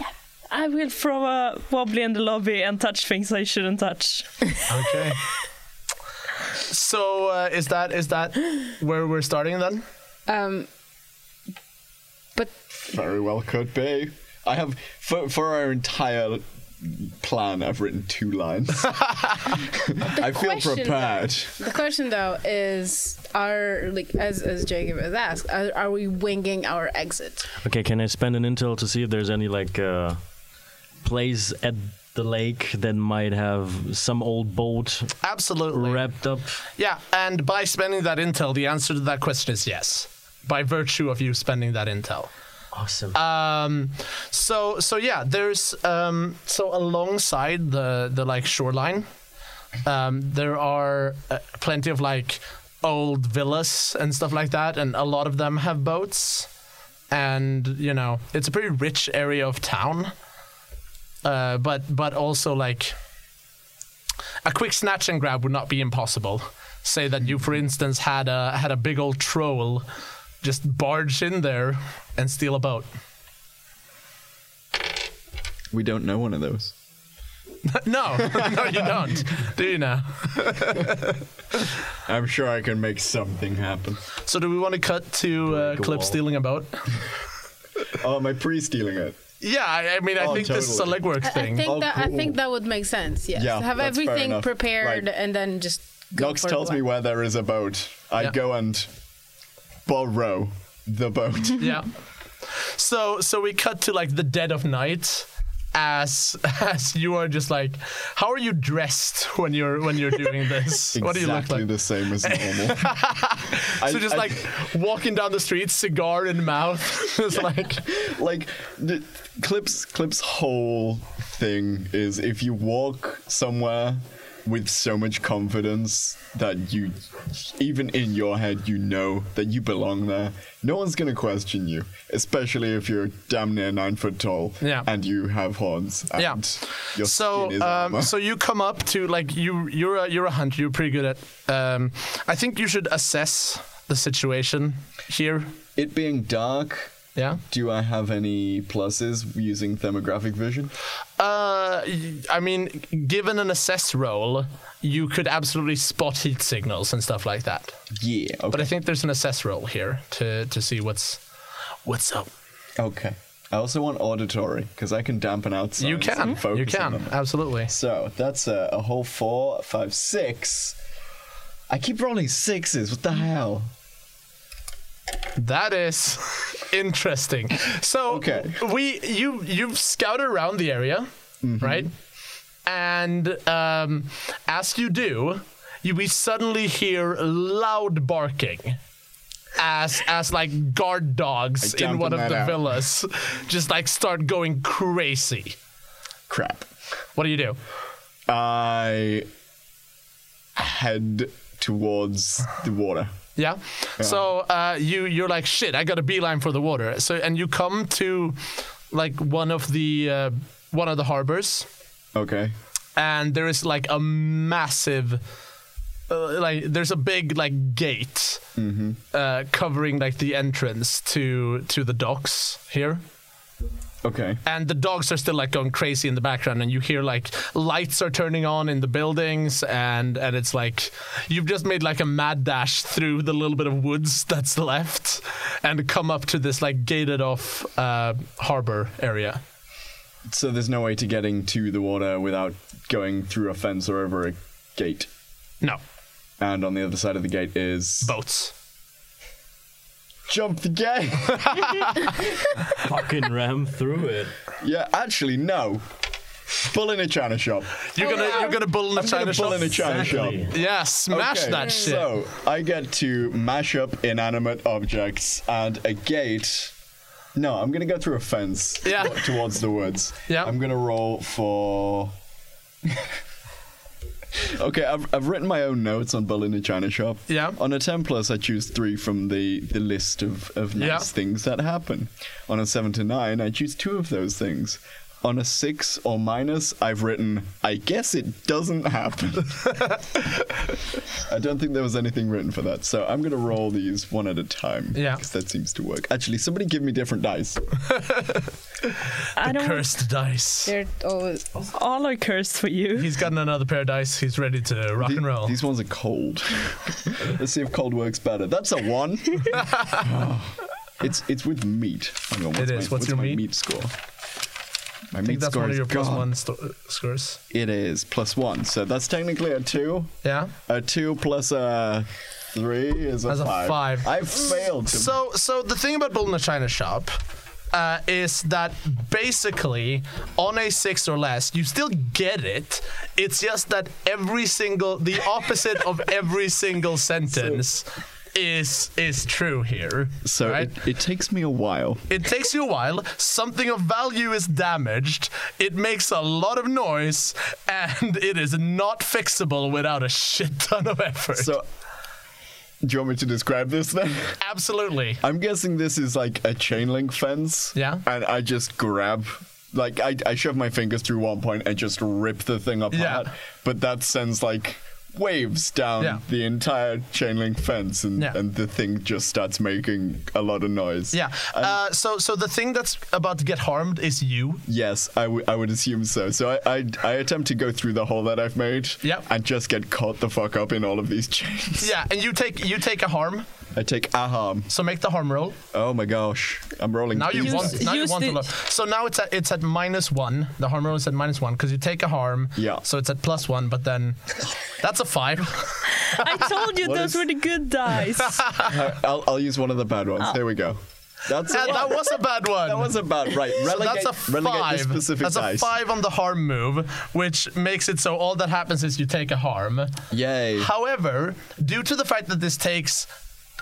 B: Yeah, I will throw a wobbly in the lobby and touch things I shouldn't touch.
A: Okay. so uh, is that is that where we're starting then?
D: Um, but
C: Very well could be. I have for for our entire plan. I've written two lines. I feel
D: question-
C: prepared.
D: the question though is, are like as as Jacob has asked, are, are we winging our exit?
E: Okay, can I spend an intel to see if there's any like uh, place at the lake that might have some old boat
A: Absolutely.
E: wrapped up?
A: Yeah, and by spending that intel, the answer to that question is yes. By virtue of you spending that intel.
E: Awesome.
A: Um, so so yeah, there's um, so alongside the the like shoreline, um, there are uh, plenty of like old villas and stuff like that, and a lot of them have boats, and you know it's a pretty rich area of town. Uh, but but also like a quick snatch and grab would not be impossible. Say that you, for instance, had a had a big old troll just barge in there and steal a boat.
C: We don't know one of those.
A: No, no, you don't. Do you now?
C: I'm sure I can make something happen.
A: So, do we want to cut to uh,
E: Break a
A: Clip
E: wall.
A: stealing a boat?
C: Oh, am I pre-stealing it?
A: Yeah, I, I mean, I
C: Oh,
A: think this is a
C: totally.
A: legwork
D: I-
A: thing.
D: I think
C: Oh,
D: that I
C: cool.
D: think that would make sense. Yes.
C: Yeah,
D: Have
C: that's fair
D: everything
C: enough.
D: prepared
C: Right.
D: and then just. Go
C: Knox
D: for
C: tells
D: it.
C: me where there is a boat. I
A: Yeah.
C: go and borrow the boat.
A: yeah. So, so we cut to like the dead of night, as as you are just like how are you dressed when you're when you're doing this?
C: Exactly
A: what do you look like?
C: the same as normal.
A: so
C: I-
A: just
C: I-
A: like walking down the street, cigar in mouth, just like
C: like the clips clips whole thing is if you walk somewhere with so much confidence that you even in your head you know that you belong there no one's gonna question you especially if you're damn near nine foot tall
A: Yeah.
C: and you have horns and
A: yeah.
C: your
A: so
C: skin is
A: um,
C: armor.
A: so you come up to like you you're a, you're a hunter. You're pretty good at. Um, I think you should assess the situation here.
C: it being dark
A: Yeah.
C: do I have any pluses using thermographic vision?
A: Uh, y- I mean, given an assess role, you could absolutely spot heat signals and stuff like that.
C: Yeah. Okay.
A: But I think there's an assess role here to to see what's what's up.
C: okay. I also want auditory because I can dampen out.
A: you
C: sounds
A: can,
C: and focus
A: you can,
C: on them.
A: absolutely.
C: So that's a, a whole four, five, six. I keep rolling sixes. What the hell?
A: That is interesting. So
C: Okay.
A: we you you've scouted around the area,
C: Mm-hmm.
A: right? And um, as you do, you we suddenly hear loud barking. As as like guard dogs
C: I
A: in one of
C: dampened
A: the
C: that out.
A: villas just like start going crazy.
C: Crap.
A: What do you do?
C: I head towards the water.
A: Yeah. So uh, you you're like shit. I got a beeline for the water. So and you come to like one of the uh, one of the harbors,
C: Okay.
A: and there is like a massive. Uh, like there's a big like gate uh, covering like the entrance to to the docks here,
C: Okay.
A: and the dogs are still like going crazy in the background, and you hear like lights are turning on in the buildings, and and it's like you've just made like a mad dash through the little bit of woods that's left, and come up to this like gated off uh, harbor area.
C: So there's no way to getting to the water without going through a fence or over a gate.
A: No
C: And on the other side of the gate is
A: boats.
C: jump the gate.
E: Fucking ram through it.
C: yeah, actually no. Bull in a china shop.
A: You're gonna you're gonna bull in a
C: Oh, I'm
A: china
C: gonna bull
A: shop.
C: in a china
E: Exactly.
C: shop.
A: Yeah, smash
C: Okay,
A: that shit.
C: So I get to mash up inanimate objects and a gate. No, I'm gonna go through a fence.
A: Yeah.
C: Towards the woods.
A: Yeah.
C: I'm gonna roll for. okay, I've, I've written my own notes on Bull in a China Shop.
A: Yeah.
C: On a 10 plus, I choose three from the, the list of, of nice
A: Yeah.
C: things that happen. On a 7 to 9, I choose two of those things. On a 6 or minus, I've written, I guess it doesn't happen. I don't think there was anything written for that, so I'm gonna roll these one at a time.
A: Yeah.
C: because that seems to work. Actually, somebody give me different dice.
B: I don't.
A: Cursed dice.
D: They're always.
B: All are cursed for you.
A: He's gotten another pair of dice. He's ready to rock
C: The-
A: and roll.
C: These ones are cold. Let's see if cold works better. That's a one. Oh. it's it's with meat. Hang on, what's
A: It
C: my,
A: is. What's your
C: my
A: meat?
C: score? My
A: I
C: meat
A: think that's
C: score
A: one of
C: is
A: your plus
C: gone.
A: one sto- scores.
C: It is plus one, so that's technically a two.
A: Yeah.
C: A two plus a three is a
A: That's a
C: five.
A: five.
C: I failed. To
A: So, so the thing about building a china shop uh, is that basically on a six or less, you still get it. It's just that every single, the opposite of every single sentence. is is true here.
C: so
A: right?
C: it, it takes me a while.
A: It takes you a while. Something of value is damaged. It makes a lot of noise, and it is not fixable without a shit ton of effort.
C: So, do you want me to describe this then?
A: absolutely.
C: I'm guessing this is like a chain link fence.
A: Yeah.
C: And I just grab, like, I, I shove my fingers through one point and just rip the thing apart.
A: Yeah.
C: But that sends like waves down
A: Yeah.
C: the entire chain link fence, and,
A: Yeah.
C: and the thing just starts making a lot of noise.
A: Yeah. Uh, so, so the thing that's about to get harmed is you.
C: Yes, I, w- I would assume so. So I, I I attempt to go through the hole that I've made.
A: Yep.
C: And just get caught the fuck up in all of these chains.
A: Yeah, and you take you take a harm.
C: I take a harm.
A: So make the harm roll.
C: Oh my gosh, I'm rolling.
A: Now you
C: these
A: want
C: dice.
A: now you
B: use
A: want to
B: the-
A: roll. So now it's at it's at minus one. The harm roll is at minus one because you take a harm.
C: Yeah.
A: So it's at plus one, but then that's a five.
B: I told you
C: What
B: those
C: is-
B: were the good dice.
C: I'll, I'll use one of the bad ones. Here we go. That's a
A: Yeah, that was a bad one.
C: That was about right.
A: So
C: Relegate,
A: that's a five.
C: relegate the specific
A: that's
C: dice.
A: a five on the harm move, which makes it so all that happens is you take a harm.
C: Yay.
A: However, due to the fact that this takes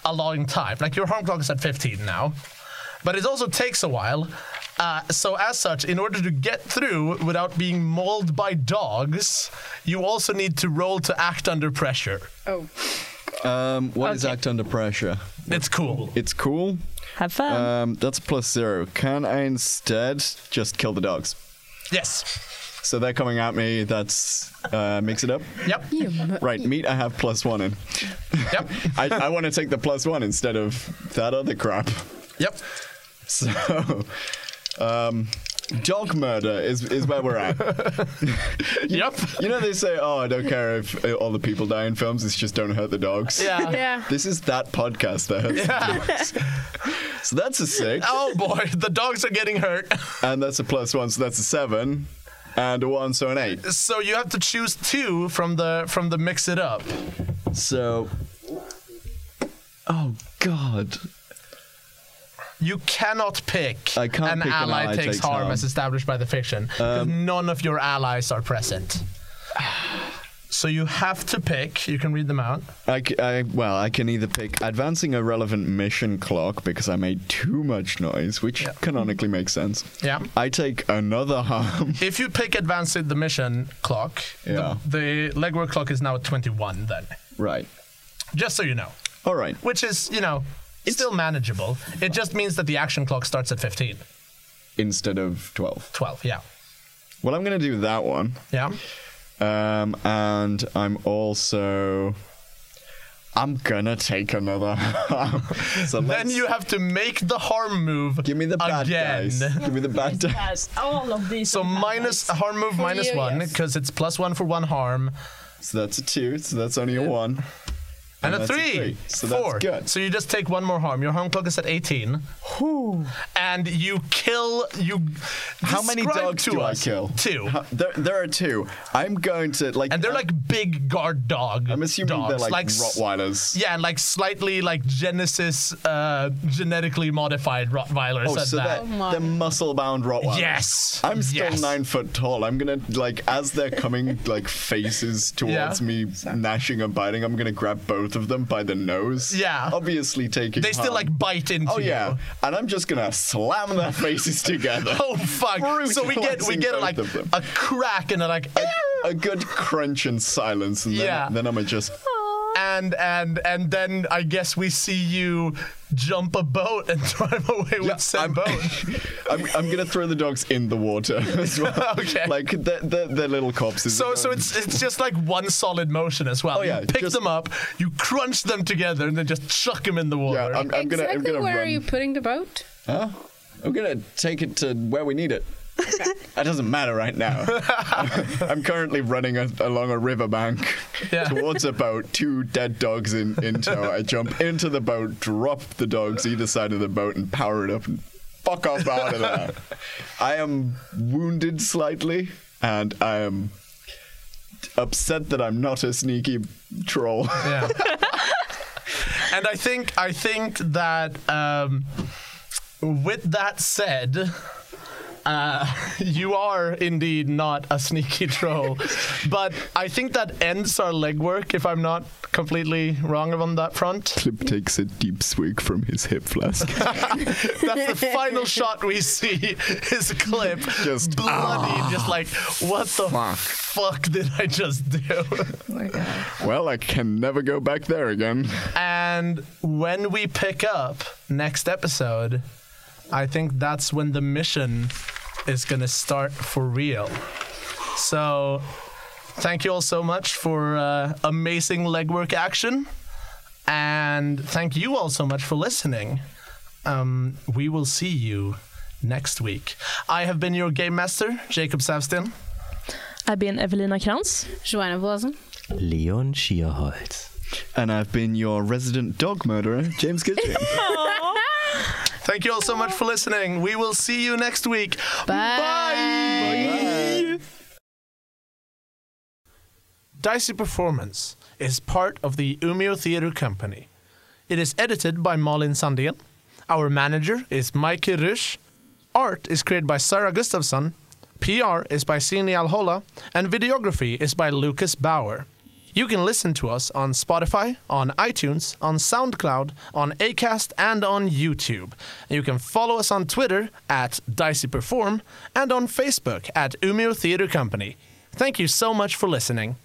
A: a long time, like your harm clock is at 15 now, but it also takes a while. Uh, so, as such, in order to get through without being mauled by dogs, you also need to roll to act under pressure.
D: Oh,
C: Um, what is
D: Okay.
C: act under pressure?
A: It's cool.
C: It's cool.
B: Have fun.
C: Um, that's plus zero. Can I instead just kill the dogs?
A: Yes.
C: So they're coming at me. That's uh, mix it up.
A: Yep.
D: you. mu-
C: Right, meat. I have plus one in.
A: Yep.
C: I, I want to take the plus one instead of that other crap.
A: Yep.
C: So, um, dog murder is is where we're at.
A: Yep.
C: You know they say, oh, I don't care if uh, all the people die in films. It's just don't hurt the dogs.
A: Yeah.
D: Yeah.
C: This is that podcast that hurts the dogs. So that's a six.
A: Oh boy, the dogs are getting hurt.
C: and that's a plus one, so that's a seven, and a one, so an eight.
A: So you have to choose two from the from the mix it up.
C: So, oh god,
A: You cannot pick
C: I can't
A: an,
C: pick an
A: ally
C: ally
A: takes,
C: takes
A: harm
C: harm. Um,
A: as established by the fiction. 'cause none of your allies are present. So you have to pick. You can read them out.
C: I, c- I- well, I can either pick advancing a relevant mission clock because I made too much noise, which canonically makes sense.
A: Yeah.
C: I take another harm.
A: If you pick advancing the mission clock,
C: Yeah.
A: the, the legwork clock is now at 21 then.
C: right.
A: Just so you know.
C: All right.
A: Which is, you know, still manageable. It just means that the action clock starts at 15.
C: Instead of twelve.
A: 12, yeah.
C: Well, I'm gonna do that one.
A: Yeah.
C: Um, and I'm also. I'm gonna take another. harm. so
A: Then
C: let's-
A: you have to make the harm move.
C: Give me the bad
A: again.
C: dice. Give me the bad dice.
B: all of these.
A: So minus a harm move minus
D: you,
A: one
D: yes.
A: because it's plus one for one harm
C: So that's a two. So that's only a one.
A: and,
C: And
A: a,
C: that's a
A: three,
C: three, so that's
A: four.
C: good.
A: So you just take one more harm. Your harm clock is at eighteen. And you kill you.
C: How many
A: describe
C: dogs
A: to
C: do
A: us
C: I kill?
A: Two.
C: How- There, there are two. I'm going to like.
A: And they're like big guard dog.
C: I'm assuming
A: dogs.
C: they're like,
A: s-
C: Rottweilers.
A: Yeah, and like slightly like Genesis uh, genetically modified Rottweilers.
C: Oh,
A: at
C: so
A: that.
C: they're, they're muscle-bound Rottweilers.
A: Yes.
C: I'm still
A: Yes.
C: nine foot tall. I'm gonna like as they're coming like faces towards
A: Yeah.
C: me, gnashing and biting. I'm gonna grab both of them by the nose.
A: Yeah.
C: Obviously taking.
A: They still
C: harm.
A: like bite into
C: Oh yeah,
A: you.
C: and I'm just gonna slam their faces together.
A: Oh fuck! So we get we get
C: Brutalizing
A: like
C: both of them.
A: a crack and a like.
C: A good crunch and silence, and then,
A: Yeah.
C: then I'm just
A: and and and then I guess we see you jump a boat and drive away with said
C: I'm,
A: boat.
C: I'm, I'm gonna throw the dogs in the water as well.
A: Okay.
C: Like they're, they're, they're little corpses.
A: So so it's it's just like one solid motion as well.
C: Oh, yeah,
A: you pick
C: just-
A: them up, you crunch them together, and then just chuck them in the
C: yeah.
A: water.
C: I'm, I'm gonna
D: exactly
C: I'm gonna
D: where
C: run.
D: are you putting the boat?
C: Huh? I'm gonna take it to where we need it. that doesn't matter right now. I'm currently running a, along a riverbank
A: Yeah.
C: towards a boat. Two dead dogs in, in tow. I jump into the boat, drop the dogs either side of the boat, and power it up and fuck off out of there. I am wounded slightly, and I am upset that I'm not a sneaky troll.
A: Yeah. and I think I think that um, with that said. Uh, you are indeed not a sneaky troll, but I think that ends our legwork. If I'm not completely wrong on that front,
C: Clip takes a deep swig from his hip flask.
A: that's the final shot we see. Is Clip
C: Just, ah.
A: bloody, just like what the
C: fuck.
A: fuck did I just do?
C: well, I can never go back there again.
A: And when we pick up next episode, I think that's when the mission is going to start for real. So, thank you all so much for uh, amazing legwork action. And thank you all so much for listening. Um, we will see you next week. I have been your game master, Jacob Savstin.
B: I've been Evelina Krantz.
D: Joanna Blossom.
E: Leon Schierholz.
C: And I've been your resident dog murderer, James Kitchen.
A: Thank you all so much for listening. We will see you next week. Bye. Dicey Performance is part of the Umeå Theatre Company. It is edited by Malin Sandén Our manager is Mike Rush. Art is created by Sarah Gustafsson. PR is by Sini Alhola. And videography is by Lucas Bauer. You can listen to us on Spotify, on iTunes, on SoundCloud, on Acast, and on YouTube. And you can follow us on Twitter at Dicey Perform and on Facebook at Umeå Theatre Company. Thank you so much for listening.